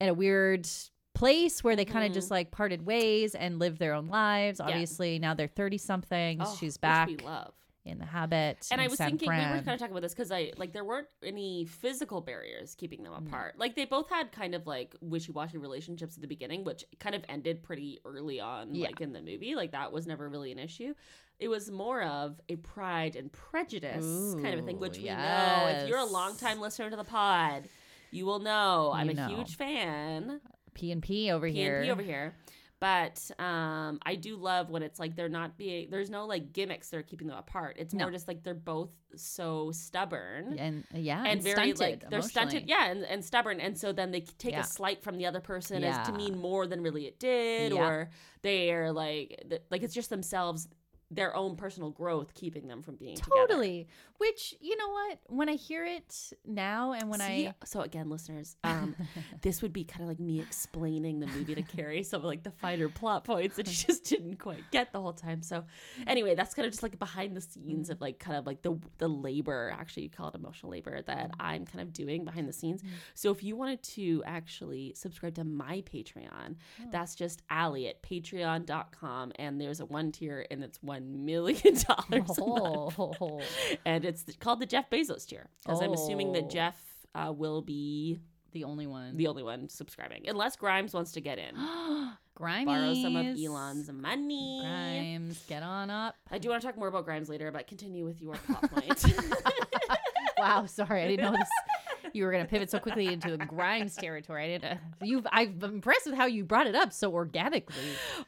in a weird place where they kind of Mhm. just like parted ways and lived their own lives. Yeah. Obviously, now they're 30 something. Oh, She's which back We love. in the habit. and in I was San thinking we were Fran. kind of talking about this because I like there weren't any physical barriers keeping Mm. them apart. Like they both had kind of like wishy-washy relationships at the beginning, which kind of ended pretty early on, Yeah. like in the movie. Like that was never really an issue. It was more of a Pride and Prejudice kind of a thing, Ooh, which we know. If you're a yes. longtime listener to the pod, you will know I'm You a know. huge fan. P and P over P here. and P over here. But um, I do love when it's like they're not being there's no like gimmicks that are keeping them apart. It's No. more just like they're both so stubborn and yeah, and, very like they're emotionally. stunted, yeah, and, and stubborn, and so then they take Yeah. a slight from the other person as to Yeah. mean more than really it did, Yeah. or they are like th- like it's just themselves, their own personal growth keeping them from being together. Totally. Which you know what? When I hear it now, and when See? <laughs> I so again, listeners, <laughs> um, this would be kind of like me explaining the movie to Carrie some of like the finer plot points that she just didn't quite get the whole time. So anyway, that's kind of just like behind the Mm-hmm. scenes of like kind of like the the labor, actually you call it emotional labor that Mm-hmm. I'm kind of doing behind the scenes. So if you wanted to actually subscribe to my Patreon, Oh. that's just Allie at patreon.com and there's a one tier and it's one million <laughs> dollars. a month oh, and it's th- called the Jeff Bezos tier because I'm assuming Oh. that Jeff uh, will be <laughs> the only one, the only one subscribing, unless Grimes wants <gasps> to get in, Grimes, borrow some of Elon's money. Grimes, get on up. I do want to talk more about Grimes later, but continue with <laughs> your plot point. Wow, sorry, I didn't know <laughs> this. You were gonna pivot so quickly into the Grimes territory. I didn't. Uh, you've. I'm impressed with how you brought it up so organically,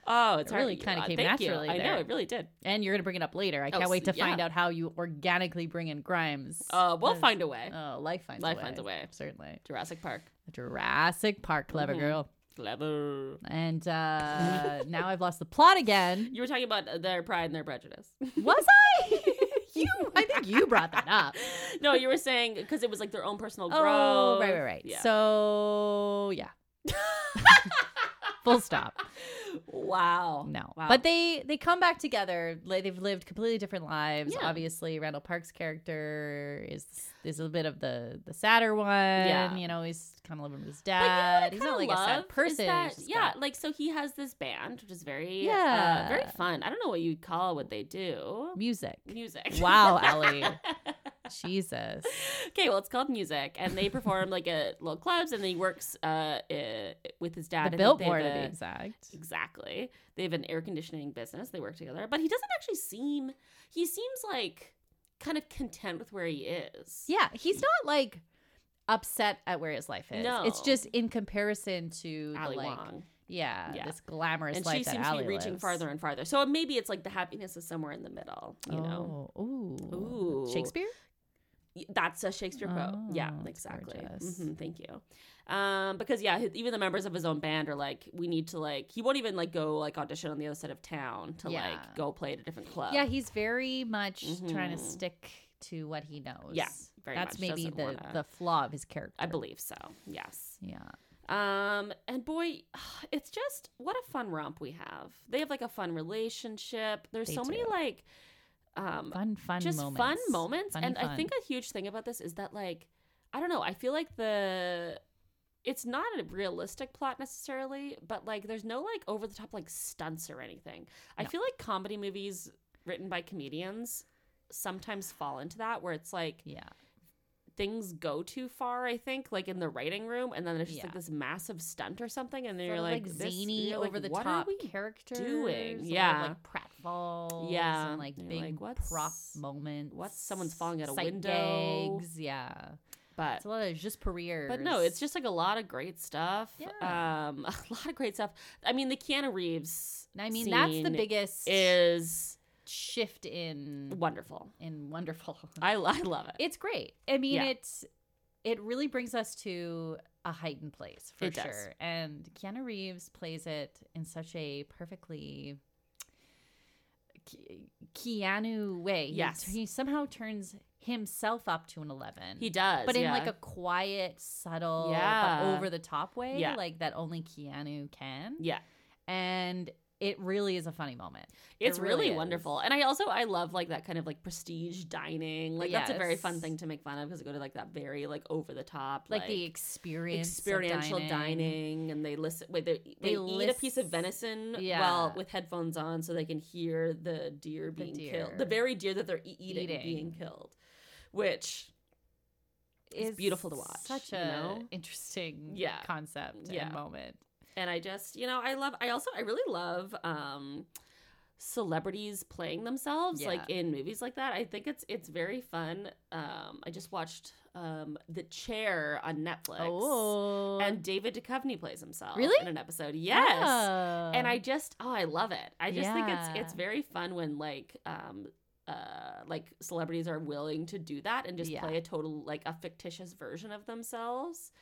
oh, it's It really hard to- kinda uh, came thank you. naturally I there. know it really did. and you're gonna bring it up later. I can't Oh, s- wait to find yeah. out how you organically bring in Grimes. Uh, we'll That's- find a way. Oh, life finds Life a way. finds a way. Mm-hmm. Certainly. Jurassic Park, Jurassic Park, clever girl. clever. And <laughs> uh, now I've lost the plot again. You were talking about uh, their pride and their prejudice. <laughs> Was I? <laughs> you? I think you brought that up. <laughs> no, you were saying because it was like their own personal growth. <laughs> Oh, right, right, right. Yeah. So <laughs> yeah. Full stop. wow. No, Wow. but they they come back together. Like, They've lived completely different lives. Yeah. Obviously, Randall Park's character is is a bit of the the sadder one. Yeah. you know, he's kind of living with his But you know what I dad. he's not kinda like a love sad is person. that- he's just yeah, got- like so he has this band, which is very yeah, Yeah. uh, <laughs> very fun. I don't know what you'd call what they do. <laughs> music. Music. Wow, Ellie. Jesus. Okay, well, it's called music, and they perform like at little clubs, and he works uh, uh with his dad. The I think they have Biltmore, to a- be exact. Exactly. They have an air conditioning business. They work together, but he doesn't actually seem. He seems like kind of content with where he is. Yeah, he's not like upset at where his life is. It's No. just in comparison to Ali the like, Wong. yeah, Yeah. this glamorous and life she that seems to be Ali reaching lives. farther and farther. So maybe it's like the happiness is somewhere in the middle. You know, Oh, ooh, Ooh. Shakespeare. Y- that's a Shakespeare quote. yeah, Oh, that's exactly. gorgeous. hmm thank you. Um, because yeah, hi- even the members of his own band are like, we need to like. He won't even like go like audition on the other side of town to Yeah. like go play at a different club. yeah, he's very much trying to Mhm. stick to what he knows. Yeah, very that's much maybe doesn't the wanna- the flaw of his character. I believe so. Yes. Yeah, Um, and boy, <sighs> it's just what a fun romp we have. They have like a fun relationship. There's They so many do. like um fun, fun, just moments. fun moments. Funny and I fun. think a huge thing about this is that like I don't know, I feel like the it's not a realistic plot necessarily, but like there's no like over the top like stunts or anything. I feel like comedy movies written by comedians sometimes fall into that where it's like yeah, things go too far, I think, like in the writing room, and then there's just like Yeah. this massive stunt or something, and then Sort you're of, like, this- zany, you're like, over the "What top are we characters, a doing? lot of, Yeah. like pratfalls, Yeah. and like You're like, big prop "What's- moments. what's someone's falling out a sight window?" gags, Yeah, But it's a lot of just careers. but no, it's just like a lot of great stuff. Yeah. Um, <laughs> a lot of great stuff. I mean, the Keanu Reeves. And I mean, that's the scene biggest is shift in wonderful. in wonderful. I, lo- <laughs> I love it. it's great. I mean, Yeah. it's it really brings us to a heightened place for It sure. does. And Keanu Reeves plays it in such a perfectly Ke- Keanu way. He- Yes. he, somehow turns himself up to an eleven. He does, but in yeah. like a quiet, subtle, Yeah. but over the top way, Yeah. like that only Keanu can. Yeah, and it really is a funny moment. It it's really, is. wonderful, and I also I love like that kind of like prestige dining. Like that's a very fun Yes. thing to make fun of because I go to like that very like over the top Like, the experience, of experiential dining. and they listen wait they, they, eat a piece of lis- venison Yeah. while with headphones on so they can hear the deer being killed deer. the very deer that they're e- eating, Eating. being killed which It's beautiful to watch, Such you a know? interesting Yeah. concept Yeah. and moment. and i just you know i love i also i really love um celebrities playing themselves like Yeah. in movies like that i think it's it's very fun um i just watched um the chair on netflix Oh, and david Duchovny plays himself Really? in an episode yes Oh. and I just oh I love it. I just think it's Yeah. it's very fun when like um uh like celebrities are willing to do that and just Yeah. play a total like a fictitious version of themselves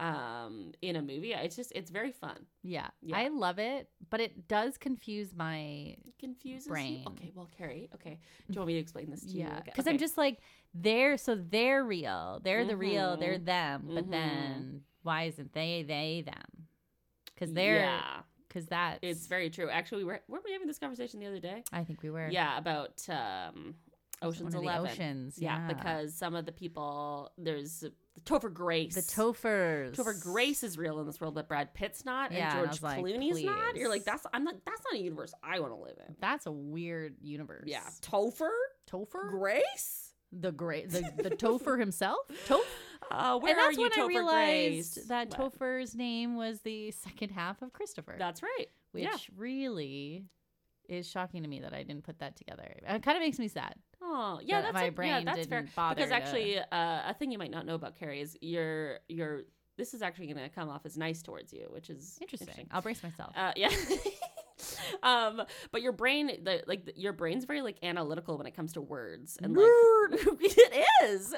um in a movie. It's just it's very fun. yeah. Yeah. I love it, but it does confuse my It confuses Brain. you. Okay, well Carrie, <laughs> okay. Do you want me to explain this to you? yeah, Okay, because okay. I'm just like they're so they're real, they're the real, they're Mhm. them. But Mhm. then why isn't they they them? Because they're Yeah. because that's It's very true. Actually we were weren't we having this conversation the other day? I think we were Yeah, about um one of Ocean's the Eleven. oceans, yeah, yeah. because some of the people there's uh, Topher Grace. the Tophers. Topher Grace is real in this world, but Brad Pitt's not, Yeah, and I and George was like, Clooney's not. You're like, please. that's I'm not. That's not a universe I want to live in. That's a weird universe. Yeah, Topher Topher. Grace. the great the, the Topher <laughs> himself. Toph. Uh, where and that's are you, when Topher I realized Grace? that What? Topher's name was the second half of Christopher. That's right. which yeah. really is shocking to me that I didn't put that together. It kind of makes me sad. Oh, yeah. that That's my a- yeah, brain that's fair. didn't bother Because to- actually, uh, a thing you might not know about Carrie is your your. This is actually going to come off as nice towards you, which is Interesting. I'll brace myself. Uh, yeah. <laughs> um, but your brain, the, like your brain's very like analytical when it comes to words and like <laughs> it <laughs> is.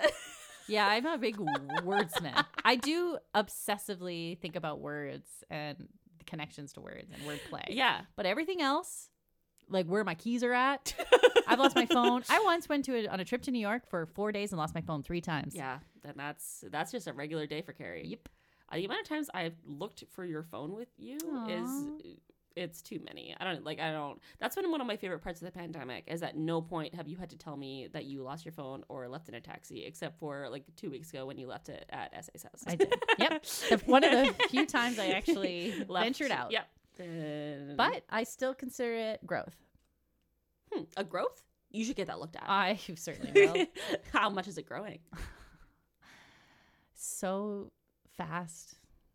yeah, I'm a big wordsmith. I do obsessively think about words and the connections to words and wordplay. yeah. But everything else, like where my keys are <laughs> at, I've lost my phone. I once went to a, on a trip to New York for four days and lost my phone three times. Yeah, then that's that's just a regular day for Carrie. Yep. Uh, the amount of times I've looked for your phone with you Aw. is it's too many. I don't like I don't that's been one of my favorite parts of the pandemic is at no point have you had to tell me that you lost your phone or left in a taxi except for like 2 weeks ago when you left it at SA's house. I did. Yep. The- one of the few times I <laughs> actually ventured out. Yep. And- But I still consider it growth. hmm, a growth? you should get that looked at. I <laughs> <laughs> certainly will. Uh, How much is it growing? so fast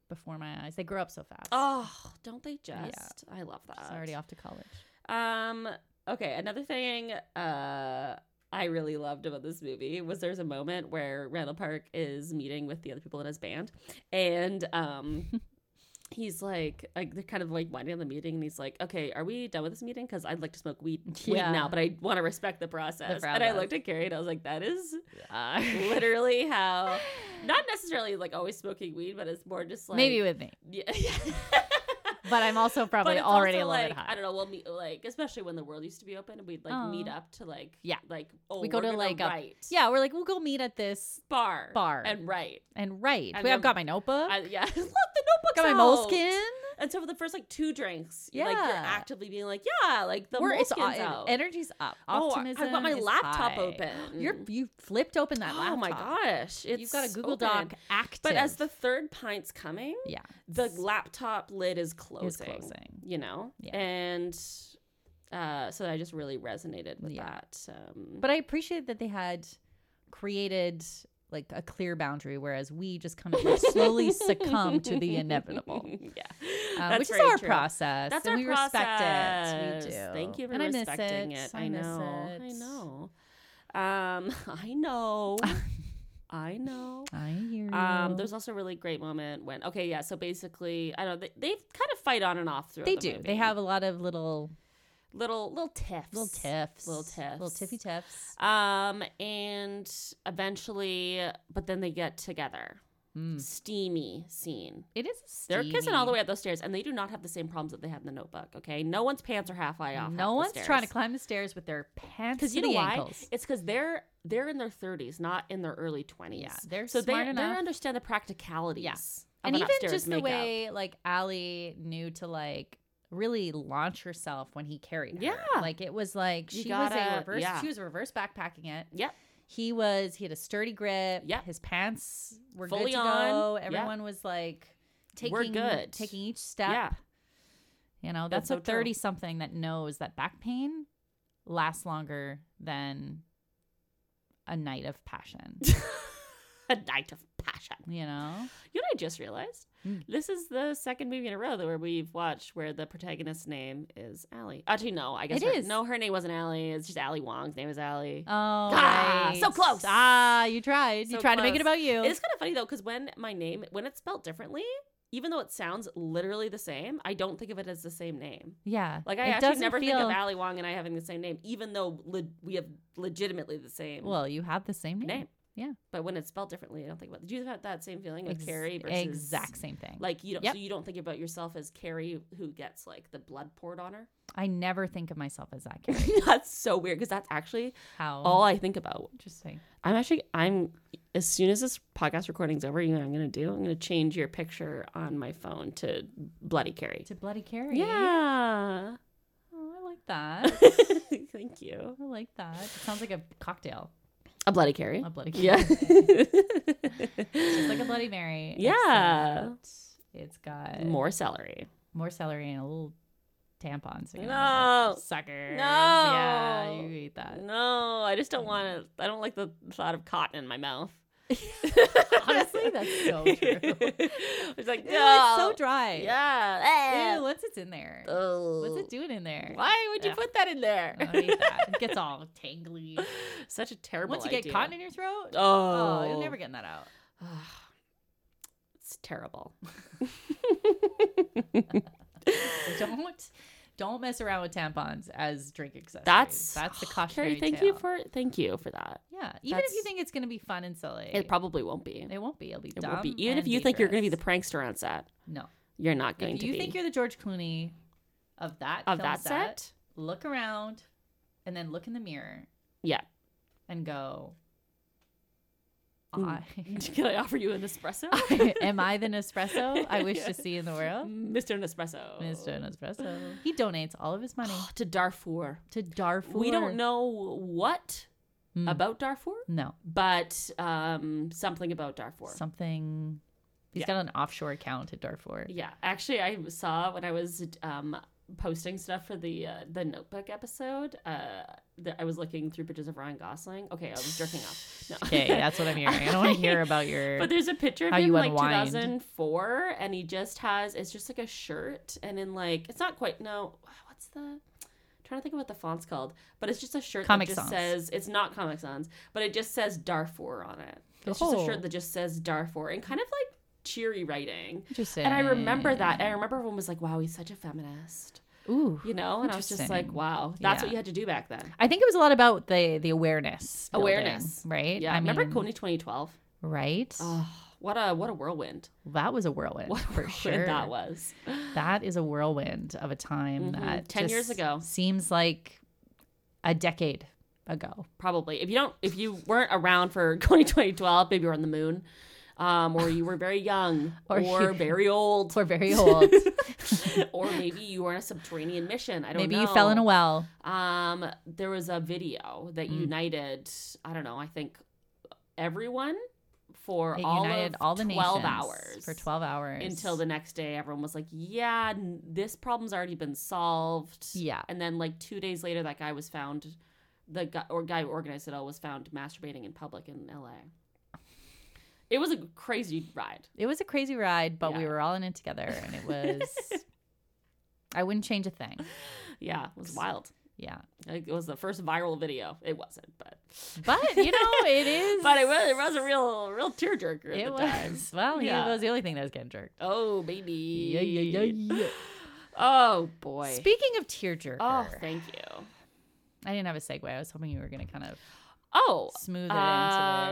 before my eyes. They grow up so fast. Oh, don't they just? I love that. She's already off to college. Um. Okay. Another thing. Uh. I really loved about this movie was there's a moment where Randall Park is meeting with the other people in his band, and um. <laughs> He's like, like, they're kind of like winding down the meeting, and he's like, "Okay, are we done with this meeting? Because I'd like to smoke weed, weed Yeah. now, but I want to respect the process." and I process. looked at Carrie, and I was like, "That is <laughs> Uh, literally <laughs> how, not necessarily like always smoking weed, but it's more just like maybe with me, <laughs> yeah, but I'm <laughs> also probably it's already also, a little like, bit high. I don't know. We'll meet like especially when the world used to be open, and we'd like meet Aw. up to like Oh. Yeah. like oh we go we're to gonna like a write yeah. We're like we'll go meet at this bar bar. and write and write. I Wait, I've got remember- my notebook. I, yeah <laughs> look the notebooks got my out. moleskin. and so for the first like two drinks yeah like you're Yeah. actively being like yeah like the We're- it's moleskin's o- it- out energy's up. Oh, Optimism. I've got my is laptop high. open. You're you flipped open that laptop. oh my gosh it's You've got a Google open. Doc active. but as the third pint's coming yeah, the laptop lid is closing. closing. You know? Yeah. And uh, so I just really resonated with Yeah. that. Um, <laughs> But I appreciate that they had created like a clear boundary, whereas we just kind of like, slowly succumb to the <laughs> inevitable, yeah. uh, That's which is very our true. process. That's and our we process. respect it. We do. Thank you for and respecting I miss it. I know. miss I it. know. Um, <laughs> <laughs> I know. I know. I hear you. Um, there's also a really great moment when okay, yeah. So basically, I don't. They, they kind of fight on and off throughout. they the do. movie. They have a lot of little little little tiffs, little tiffs, little tiffs, little tiffy tiffs. Um, and eventually, but then they get together. Steamy scene. It is. They're kissing all the Hmm. steamy. way up those stairs, and they do not have the same problems that they had in the Notebook. Okay, no one's pants are half high off. No one's trying to climb the stairs with their pants because to you know the why? ankles. It's because they're they're in their thirties, not in their early twenties. Yeah, they're so smart they enough. they understand the practicalities. of and an even upstairs just the makeup. way like Allie knew to like really launch herself when he carried her. Yeah. like it was like You she was a gotta- reverse. yeah. She was reverse backpacking it. Yep. He was. He had a sturdy grip. Yep. His pants were Fully good to on. go. Yep. Everyone was like taking We're good. taking each step. Yeah. You know, that's, That's so a true. thirty something that knows that back pain lasts longer than a night of passion. <laughs> a night of passion. you know. You know what I just realized? Mm. This is the second movie in a row that where we've watched where the protagonist's name is Allie. Actually, no, I guess It her- is. No, her name wasn't Allie. It's just Allie Wong's name is Allie. Oh, Ah, so right. close. Ah, you tried. you So tried to make close. it about you. It's kind of funny though, because when my name, when it's spelled differently, even though it sounds literally the same, I don't think of it as the same name. yeah. Like I it actually doesn't never feel, think of Allie Wong and I having the same name, even though le- we have legitimately the same. Well, you have the same name. Name. Yeah. but when it's spelled differently, I don't think about. Do you have that same feeling with Ex- Carrie versus exact same thing. Like you don't, Yep. so you don't think about yourself as Carrie who gets like the blood poured on her. <laughs> I never think of myself as that character. that's so weird because that's actually How <laughs> all I think about. interesting. I'm actually, I'm as soon as this podcast recording's over, you know, what I'm gonna do. I'm gonna change your picture on my phone to bloody Carrie. To bloody Carrie. Yeah, Oh, I like that. <laughs> thank you. I like that. It sounds like a cocktail. A bloody Carrie. A bloody Carrie. yeah. <laughs> It's like a bloody Mary. Yeah. except It's got more, More celery. celery and a little tampon. So No. Sucker. No. Yeah, you eat that. No, I just don't want to. I don't like the thought of cotton in my mouth. <laughs> Honestly, that's <laughs> so true. it's like, Ew, no. it's so dry. Yeah. Eh. Ew, what's it's in there? What's it doing Oh, in there? Why would you Ugh. put that in there? I don't eat that. It gets all tangly. <laughs> Such a <laughs> terrible Once you get idea. cotton in your throat, oh, oh, you're never getting that out. It's terrible. So Don't don't mess around with tampons as drink accessories. That's that's <sighs> the Carrie, cautionary thank you tale. for thank you for that. yeah. Even if you that's- think it's gonna be fun and silly, It probably won't be. it won't be. It'll be It dumb. won't be. Even if and you think you're going to be the dangerous. prankster on set, <laughs> no, you're not going if to you be. think you're the George Clooney of that of film that set? look around and then look in the mirror Yeah. <laughs> and go. Mm. I Can I offer you <laughs> an espresso? <laughs> Am I the Nespresso I wish to see in the world? Mr. Nespresso. Mr. Nespresso. He donates all of his money <gasps> To Darfur. to Darfur. <gasps> We don't know what Mm. about Darfur, No, but um, something about Darfur. something. He's Yeah. got an offshore account at Darfur. Yeah, actually, I saw when I was um, posting stuff for the uh, the Notebook episode, uh, that I was looking through pictures of Ryan Gosling. Okay, I was jerking off. No. Okay, that's <laughs> what I'm hearing. I don't want to hear about your. But there's a picture of how him you like unwind. 2004, and he just has it's just like a shirt, and in like it's not quite no, what's the I'm trying to think of what the font's called, but it's just a shirt Comic that just Sans. says it's not Comic Sans, but it just says Darfur on it. It's just a Oh. shirt that just says Darfur and kind of like cheery writing. Interesting. And I remember that, and I remember everyone was like, "Wow, he's such a feminist," Ooh, you know, and I was just like, Interesting. "Wow, that's Yeah. what you had to do back then." I think it was a lot about the the awareness, building, Awareness. right? Yeah, I remember mean, Coney 2012? right? Oh, what a what a whirlwind! that was a whirlwind What a for whirlwind sure. that was. That is a whirlwind of a time Mhm. that 10 years just ago. seems like a decade ago. probably if you don't if you weren't around for <laughs> 2012 maybe you were on the moon um, or you were very young or, <laughs> Or you- very <laughs> old We're very <laughs> old. or maybe you were on a subterranean mission i don't Maybe know you fell in a Mm. well. um there was a video that united i don't know i think everyone for It all united of all the 12 nations hours for 12 hours until the next day everyone was like yeah n- this problem's already been solved Yeah. and then like two days later that guy was found the guy or guy who organized it all was found masturbating in public in la it was a crazy ride It was a crazy ride, but we Yeah. were all in it together, and it <laughs> was. I wouldn't change a thing. yeah it was wild Yeah, <laughs> like, it was the first viral video it wasn't but but you know it is. <laughs> but it was it was a real real tearjerker at It the time was. <laughs> Well, he Yeah. was the only thing that was getting jerked. oh baby Yeah, yeah, yeah, yeah. oh boy Speaking of tearjerker, oh thank you I didn't have a segue. I was hoping you were going to kind of oh smooth it into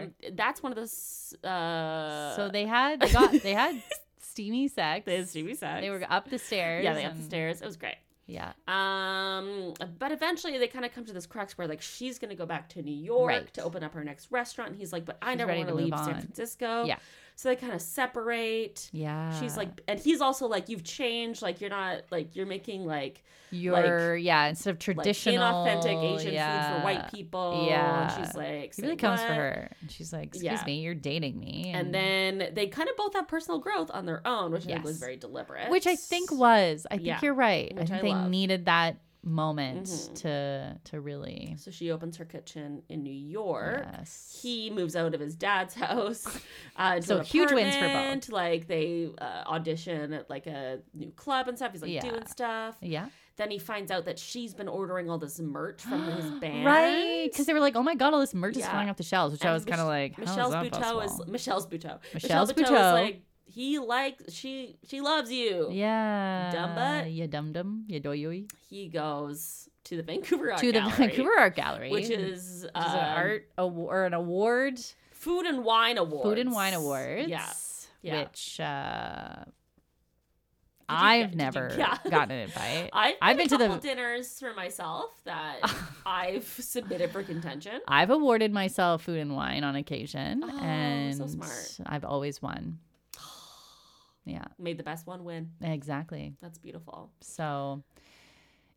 um, that's one of those. Uh, there. So they had they got they <laughs> had steamy sex. they Stevie sex. They were up the stairs. yeah, they got the and- stairs. It was great. Yeah, Um, but eventually they kind of come to this crux where like she's gonna go back to New York Right. to open up her next restaurant, and he's like, "But I She's never ready want to to move leave San on. Francisco." Yeah. So they kind of separate. yeah. She's like, and he's also like, "You've changed. Like you're not like you're making like your yeah instead of like traditional inauthentic Asian food yeah. for white people." Yeah. And she's like, He "Say really comes for what?" her. And she's like, excuse Yeah. me, you're dating me. And then they kind of both have personal growth on their own, which I think was Yes. very deliberate. Which I think was. I think Yeah. you're right. I Which think I they love. needed that moment Mhm. to to really So she opens her kitchen in New York. Yes. He moves out of his dad's <laughs> house. Uh, into So an huge wins for both. apartment. Like they uh, audition at like a new club and stuff. He's like Yeah. doing stuff. Yeah. Then he finds out that she's been ordering all this merch from his <gasps> band. Right. Because they were like, oh my God, all this merch is Yeah. flying off the shelves, which I And was kind of like, Mich- how is Michelle's that Buteau is possible? Michelle's Buteau. Michelle's Buteau Buteau. is like he likes she she loves you. Yeah. butt. Yeah, dum dum. Yeah, doyoy. He goes to the Vancouver Art To the <laughs> Gallery, Vancouver Art Gallery. which which is, um, an art award, or an award, food and wine awards. food and wine awards. Yeah. Yeah. Which uh, you I've get- did you- never <laughs> yeah. gotten an <laughs> invite. I've, I've been been to to the- couple dinners for myself that <laughs> I've submitted for contention. I've awarded myself food and wine on occasion, Oh, so and smart. I've always <gasps> won. Yeah, Made the best one win. exactly. That's beautiful. So,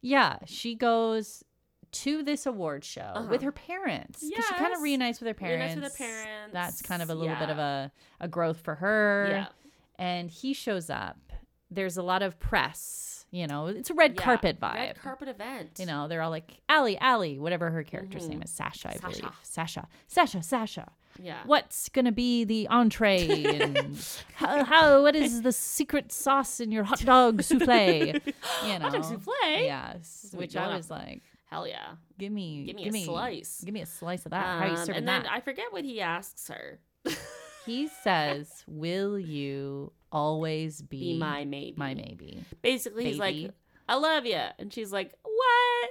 yeah, she goes to this award show with her parents because she kind Uh-huh. Yes. of reunites with her parents. Reunites with her parents. That's kind of a little bit Yeah. of a a growth for her. Yeah. and he shows up. There's a lot of press. You know, it's a red Yeah. carpet vibe. Red carpet event. you know, they're all like Allie, Allie, whatever her character's name is, Sasha, I Mm-hmm. Sasha. believe. Sasha, Sasha, Sasha. Yeah. what's going to be the entree <laughs> and how, how what is the secret sauce in your hot dog <laughs> souffle you know Hot dog souffle? yes me which going i up. was like Hell yeah. give me Give me a slice. give me a slice of that how are you Um, serving and then that I forget what he asks her. <laughs> he says will you always be, Be my maybe. my maybe Basically, he's like, baby. I love you. And she's like, what?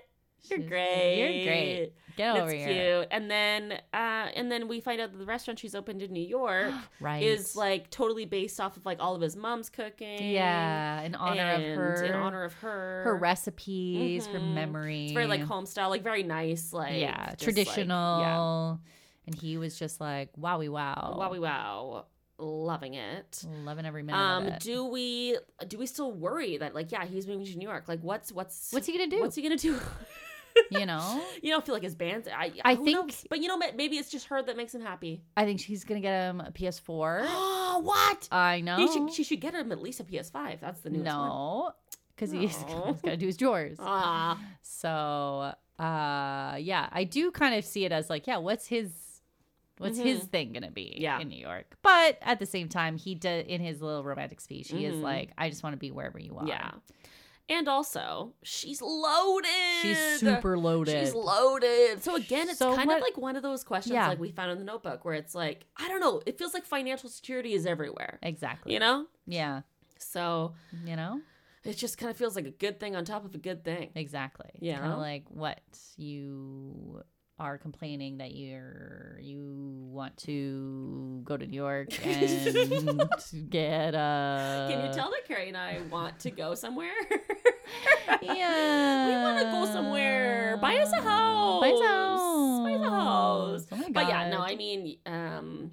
You're She's- great. you're great get That's over cute. here And then, uh, and then we find out that the restaurant she's opened in <gasps> New York right is like totally based off of like all of his mom's cooking. yeah in honor of and her In honor of her. her recipes her Mhm. memory Mm-hmm. It's very like home style, like very nice, like yeah just, like, traditional yeah. and he was just like wowie wow Wowie wow, loving it. loving every minute of Um, it. do we do we still worry that like yeah he's moving to New York? Like what's what's What's he gonna do? What's he gonna do? <laughs> you know you know, I feel like his band's. I I who think- knows? but you know, ma- maybe it's just her that makes him happy. i think she's gonna get him a ps4 Oh, <gasps> what? i know He should, she should get him at least a PS5. That's the newest one. Oh. no because he's, <laughs> he's got to do his drawers. So uh, yeah, I do kind of see it as like, yeah, what's his what's his thing gonna be Mm-hmm. Yeah. in New York? But at the same time, he does in his little romantic speech, he is like, I just want to be wherever you are. Mm-hmm. Yeah. And also, she's loaded. She's super loaded. She's loaded. So again, it's So kind what- of like one of those questions Yeah. like we found in the notebook where it's like, I don't know, it feels like financial security is everywhere. Exactly. You know? Yeah. So You know? it just kind of feels like a good thing on top of a good thing. Exactly. You Kind know? of like what you are complaining that you're you want to go to New <laughs> York and get a Can you tell that Carrie and I want to go somewhere? <laughs> Yeah. We want to go somewhere. Buy us a house. Uh. Buy us a Buy us a house. house. Oh my But yeah, no, God. I mean, um,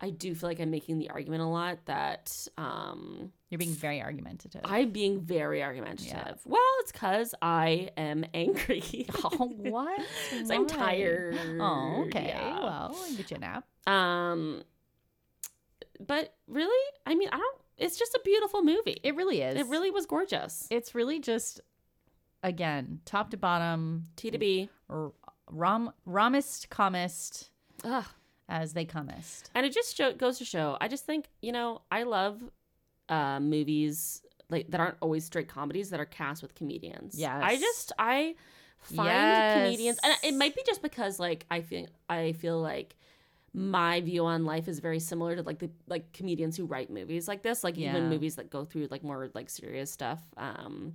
I do feel like I'm making the argument a lot that um, You're being very argumentative. I'm being very argumentative. Well, it's because I am angry. oh, <laughs> what? <laughs> So I'm Why? tired. Oh, okay. Yeah. Well, I get you a nap. Um, but really, I mean, I don't. It's just a beautiful movie. It really is. it really was gorgeous. It's really just, again, top to bottom, T to B. r- rom romist comist Ugh. as they comist. And it just show, goes to show. I just think you know I love uh, movies like that aren't always straight comedies that are cast with comedians. I Yes. just I find comedians, and Yes. it might be just because like I feel I feel like my view on life is very similar to like the like comedians who write movies like this, like Yeah. even movies that go through like more like serious stuff. Um,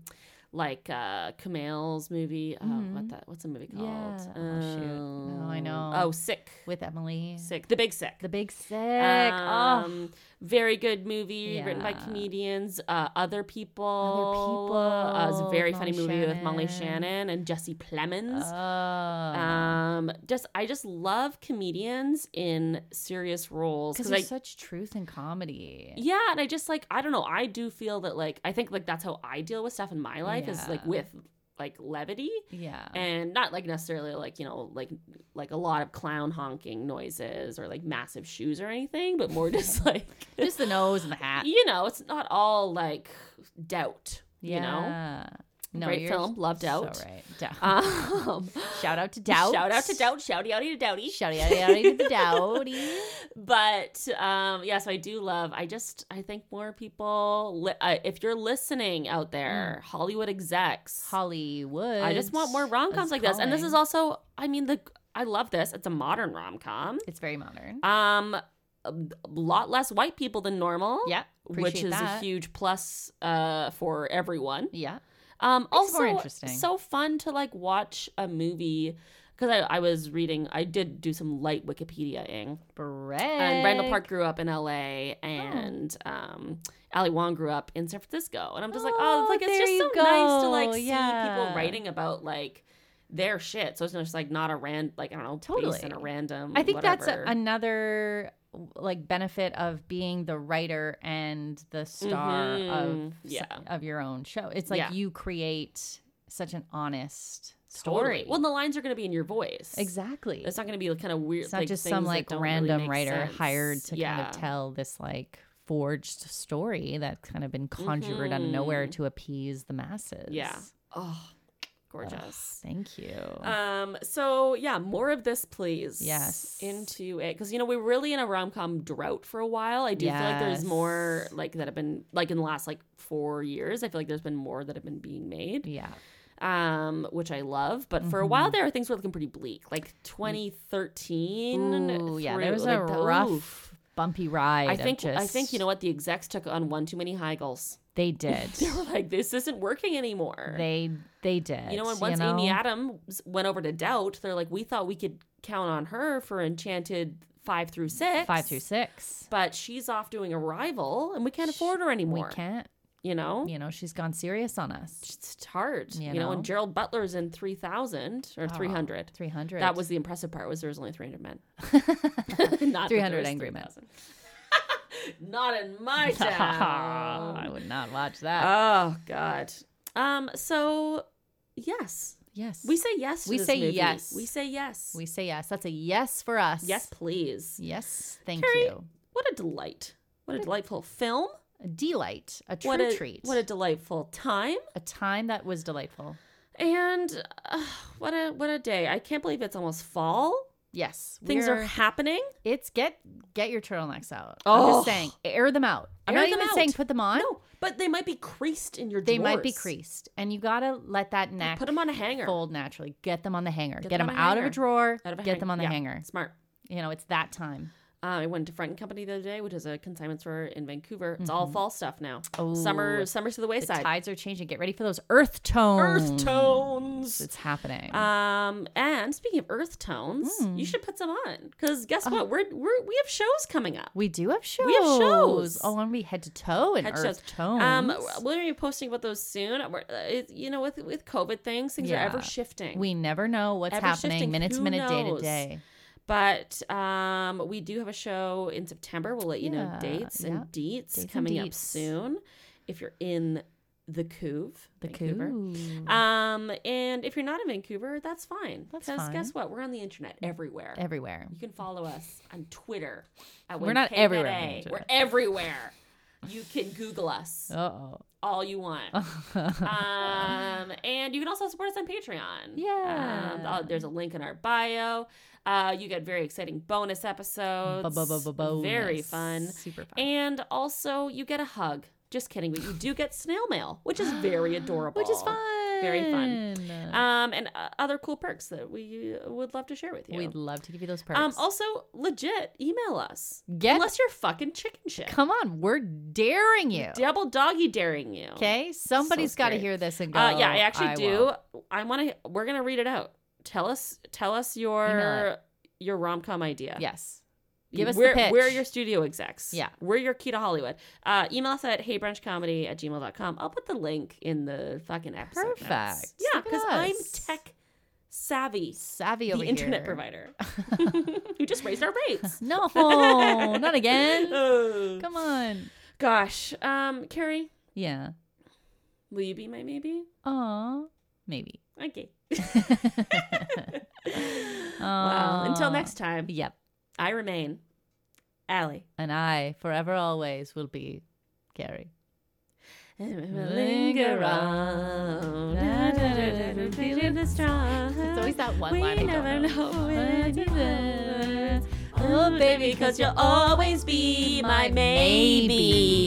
like uh Kamal's movie. Oh, what that? What's the movie called? Mm-hmm. Yeah. Oh, shoot. No, I Um, know. Oh, sick. With Emily, Sick. The Big Sick. the big sick. oh. Um, very good movie written by Yeah. comedians. Uh, other people. People, Uh, it's a very funny Molly movie with Molly Shannon. Shannon and Jesse Um, Plemons. Oh. um, just I just love comedians in serious roles Because because there's I. such truth in comedy. yeah, and I just like I don't know. I do feel that like I think like that's how I deal with stuff in my life is like Yeah. with like levity Yeah. and not like necessarily like you know like like a lot of clown honking noises or like massive shoes or anything, but more just <laughs> like just the nose and the hat. you know, it's not all like doubt. You know, Yeah. No, Great you're film, love Doubt. So right. Doubt. <laughs> um, shout out to Doubt. Shout out to doubt. Shouty outy to doubty. Shout out to Doubt. <laughs> But um, yeah, so I do love. I just I think more people. Li- uh, if you're listening out there, Hollywood execs, Mm. Hollywood. I just want more rom coms is like this. And this is calling. also, I mean, the I love this. It's a modern rom com. It's very modern. Um, a lot less white people than normal. yeah. Which appreciate is that. a huge plus uh, for everyone. Yeah. Um, Makes it also, more interesting. so fun to like watch a movie because I, I was reading, I did do some light Wikipediaing. Brag. And Randall Park grew up in LA, and Oh. um, Ali Wong grew up in San Francisco. And I'm just like, oh, it's Oh, like it's there just you so nice to like go. see Yeah. people writing about like their shit. So it's just like not a rand, like I don't know, totally in Totally. a random. I think that's a, whatever. another like benefit of being the writer and the star of Mhm. s- Yeah. of your own show. It's like Yeah. you create such an honest story. Totally. Well, the lines are going to be in your voice. exactly. It's not going to be kind of weird. It's not just some things that like don't really random make writer sense. hired to kind Yeah. of tell this like forged story that's kind of been conjured out of nowhere Mhm. to appease the masses. Yeah. Oh, Ugh, gorgeous. thank you. Um. So yeah, more of this, please. Yes. Into it, because you know we were really in a rom com drought for a while. I do feel like there's more Yes. like that have been like in the last like four years. I feel like there's been more that have been being made, yeah. um, which I love. But for a Mm-hmm. while there, things were looking pretty bleak. Like 2013. Ooh, yeah. There through- was a like, the- rough, oof. bumpy ride. I of think I just- think you know what the execs took on one too many Heigls. They did. They were <laughs> like, this isn't working anymore. they they did. You know, when once Amy know? Adams went over to Doubt, they're like, we thought we could count on her for Enchanted five through six. five through six, But she's off doing Arrival, and we can't afford her anymore. we can't. You know, You know, she's gone serious on us. it's hard. You You, know? know? Oh, and Gerald Butler's in three thousand or three hundred. Three hundred. <laughs> That was <laughs> the impressive part was there was only three hundred men. <laughs> Not 300 angry men. men. <laughs> Not in <laughs> my town. I would not watch that. oh God. Um. So, yes. yes, We say yes. To We this say movie. yes. We say yes. we say yes. That's a yes for us. yes, please. Yes. Thank Carrie, you. What a delight! What a delightful film. a delight, a true What a treat, what a delightful time. a time that was delightful. And uh, what a what a day. I can't believe it's almost fall. Yes, Things are we're- happening. It's get get your turtlenecks out. I'm Oh. just saying, air them out. I'm Air not them even out. saying put them on. No, but they might be creased in your They might be drawers. creased, and you gotta let that neck Put them on a hanger. fold naturally. Get them on the hanger. Get, them, on a out of hanger. a drawer. Out of a get hang- them on the yeah, hanger. Smart. You know, it's that time. Uh, I went to Front and Company the other day, which is a consignment store in Vancouver. It's all fall stuff now. summer, summer's to the Mm-hmm. Oh, The wayside. tides are changing. Get ready for those earth tones. Earth tones. It's happening. Um, and speaking of earth tones, you Mm. should put some on because guess Uh-huh. what? We're, we're we have shows coming up. we do have shows. we have shows. Oh, and we head to toe and Head earth shows. tones. Um, we're gonna be posting about those soon. We're, uh, it, you know, with with COVID things, things Yeah. are ever shifting. we never know what's Ever happening shifting. minute to Who minute, day to knows? day. But um, we do have a show in September. We'll let you know Yeah, dates yeah. and deets Dates and coming up deets. soon. If you're in the Couve, The Vancouver. coup. Um, and if you're not in Vancouver, that's fine. That's Because fine. guess what? We're on the internet everywhere. Everywhere. you can follow us on Twitter. At We're not 1KZA. everywhere on the internet. We're everywhere. You can Google us Uh <laughs> oh. all you want. <laughs> um, and you can also support us on Patreon. Yeah. Um, uh, there's a link in our bio. Uh, you get very exciting bonus episodes. Very fun. Super fun. And also, you get a hug. Just kidding, but you do <gasps> get snail mail, which is very adorable. Which is fun. Very fun. Um, and uh, other cool perks that we uh, would love to share with you. We'd love to give you those perks. um, also, legit, email us. Get- Unless you're fucking chicken shit. Come on, we're daring you. Double doggy daring you. Okay, somebody's got to scary. hear this and go. Uh, yeah, I actually do. won't." I want to. We're gonna read it out. Tell us. Tell us your Email your rom com idea. Yes, give us the we're, pitch. We're your studio execs. Yeah. We're your key to Hollywood. Uh, email us at heybrunchcomedy at gmail.com. I'll put the link in the fucking episode. notes. Perfect. Yeah, Look at because I'm us. tech savvy. savvy The over internet here. <laughs> provider <laughs> who just raised our rates. No, <laughs> not <laughs> again. Oh, Come on. Gosh. Um, Carrie, Yeah. will you be my maybe? Aw, <laughs> maybe. Okay. Aw. Well, until next time, Yep. I remain Allie. And I forever always will be Gary. Linger on. Feeling the strong. It's always that one We line. I don't never know. know when you will. Oh, baby, cause you'll always be my maybe.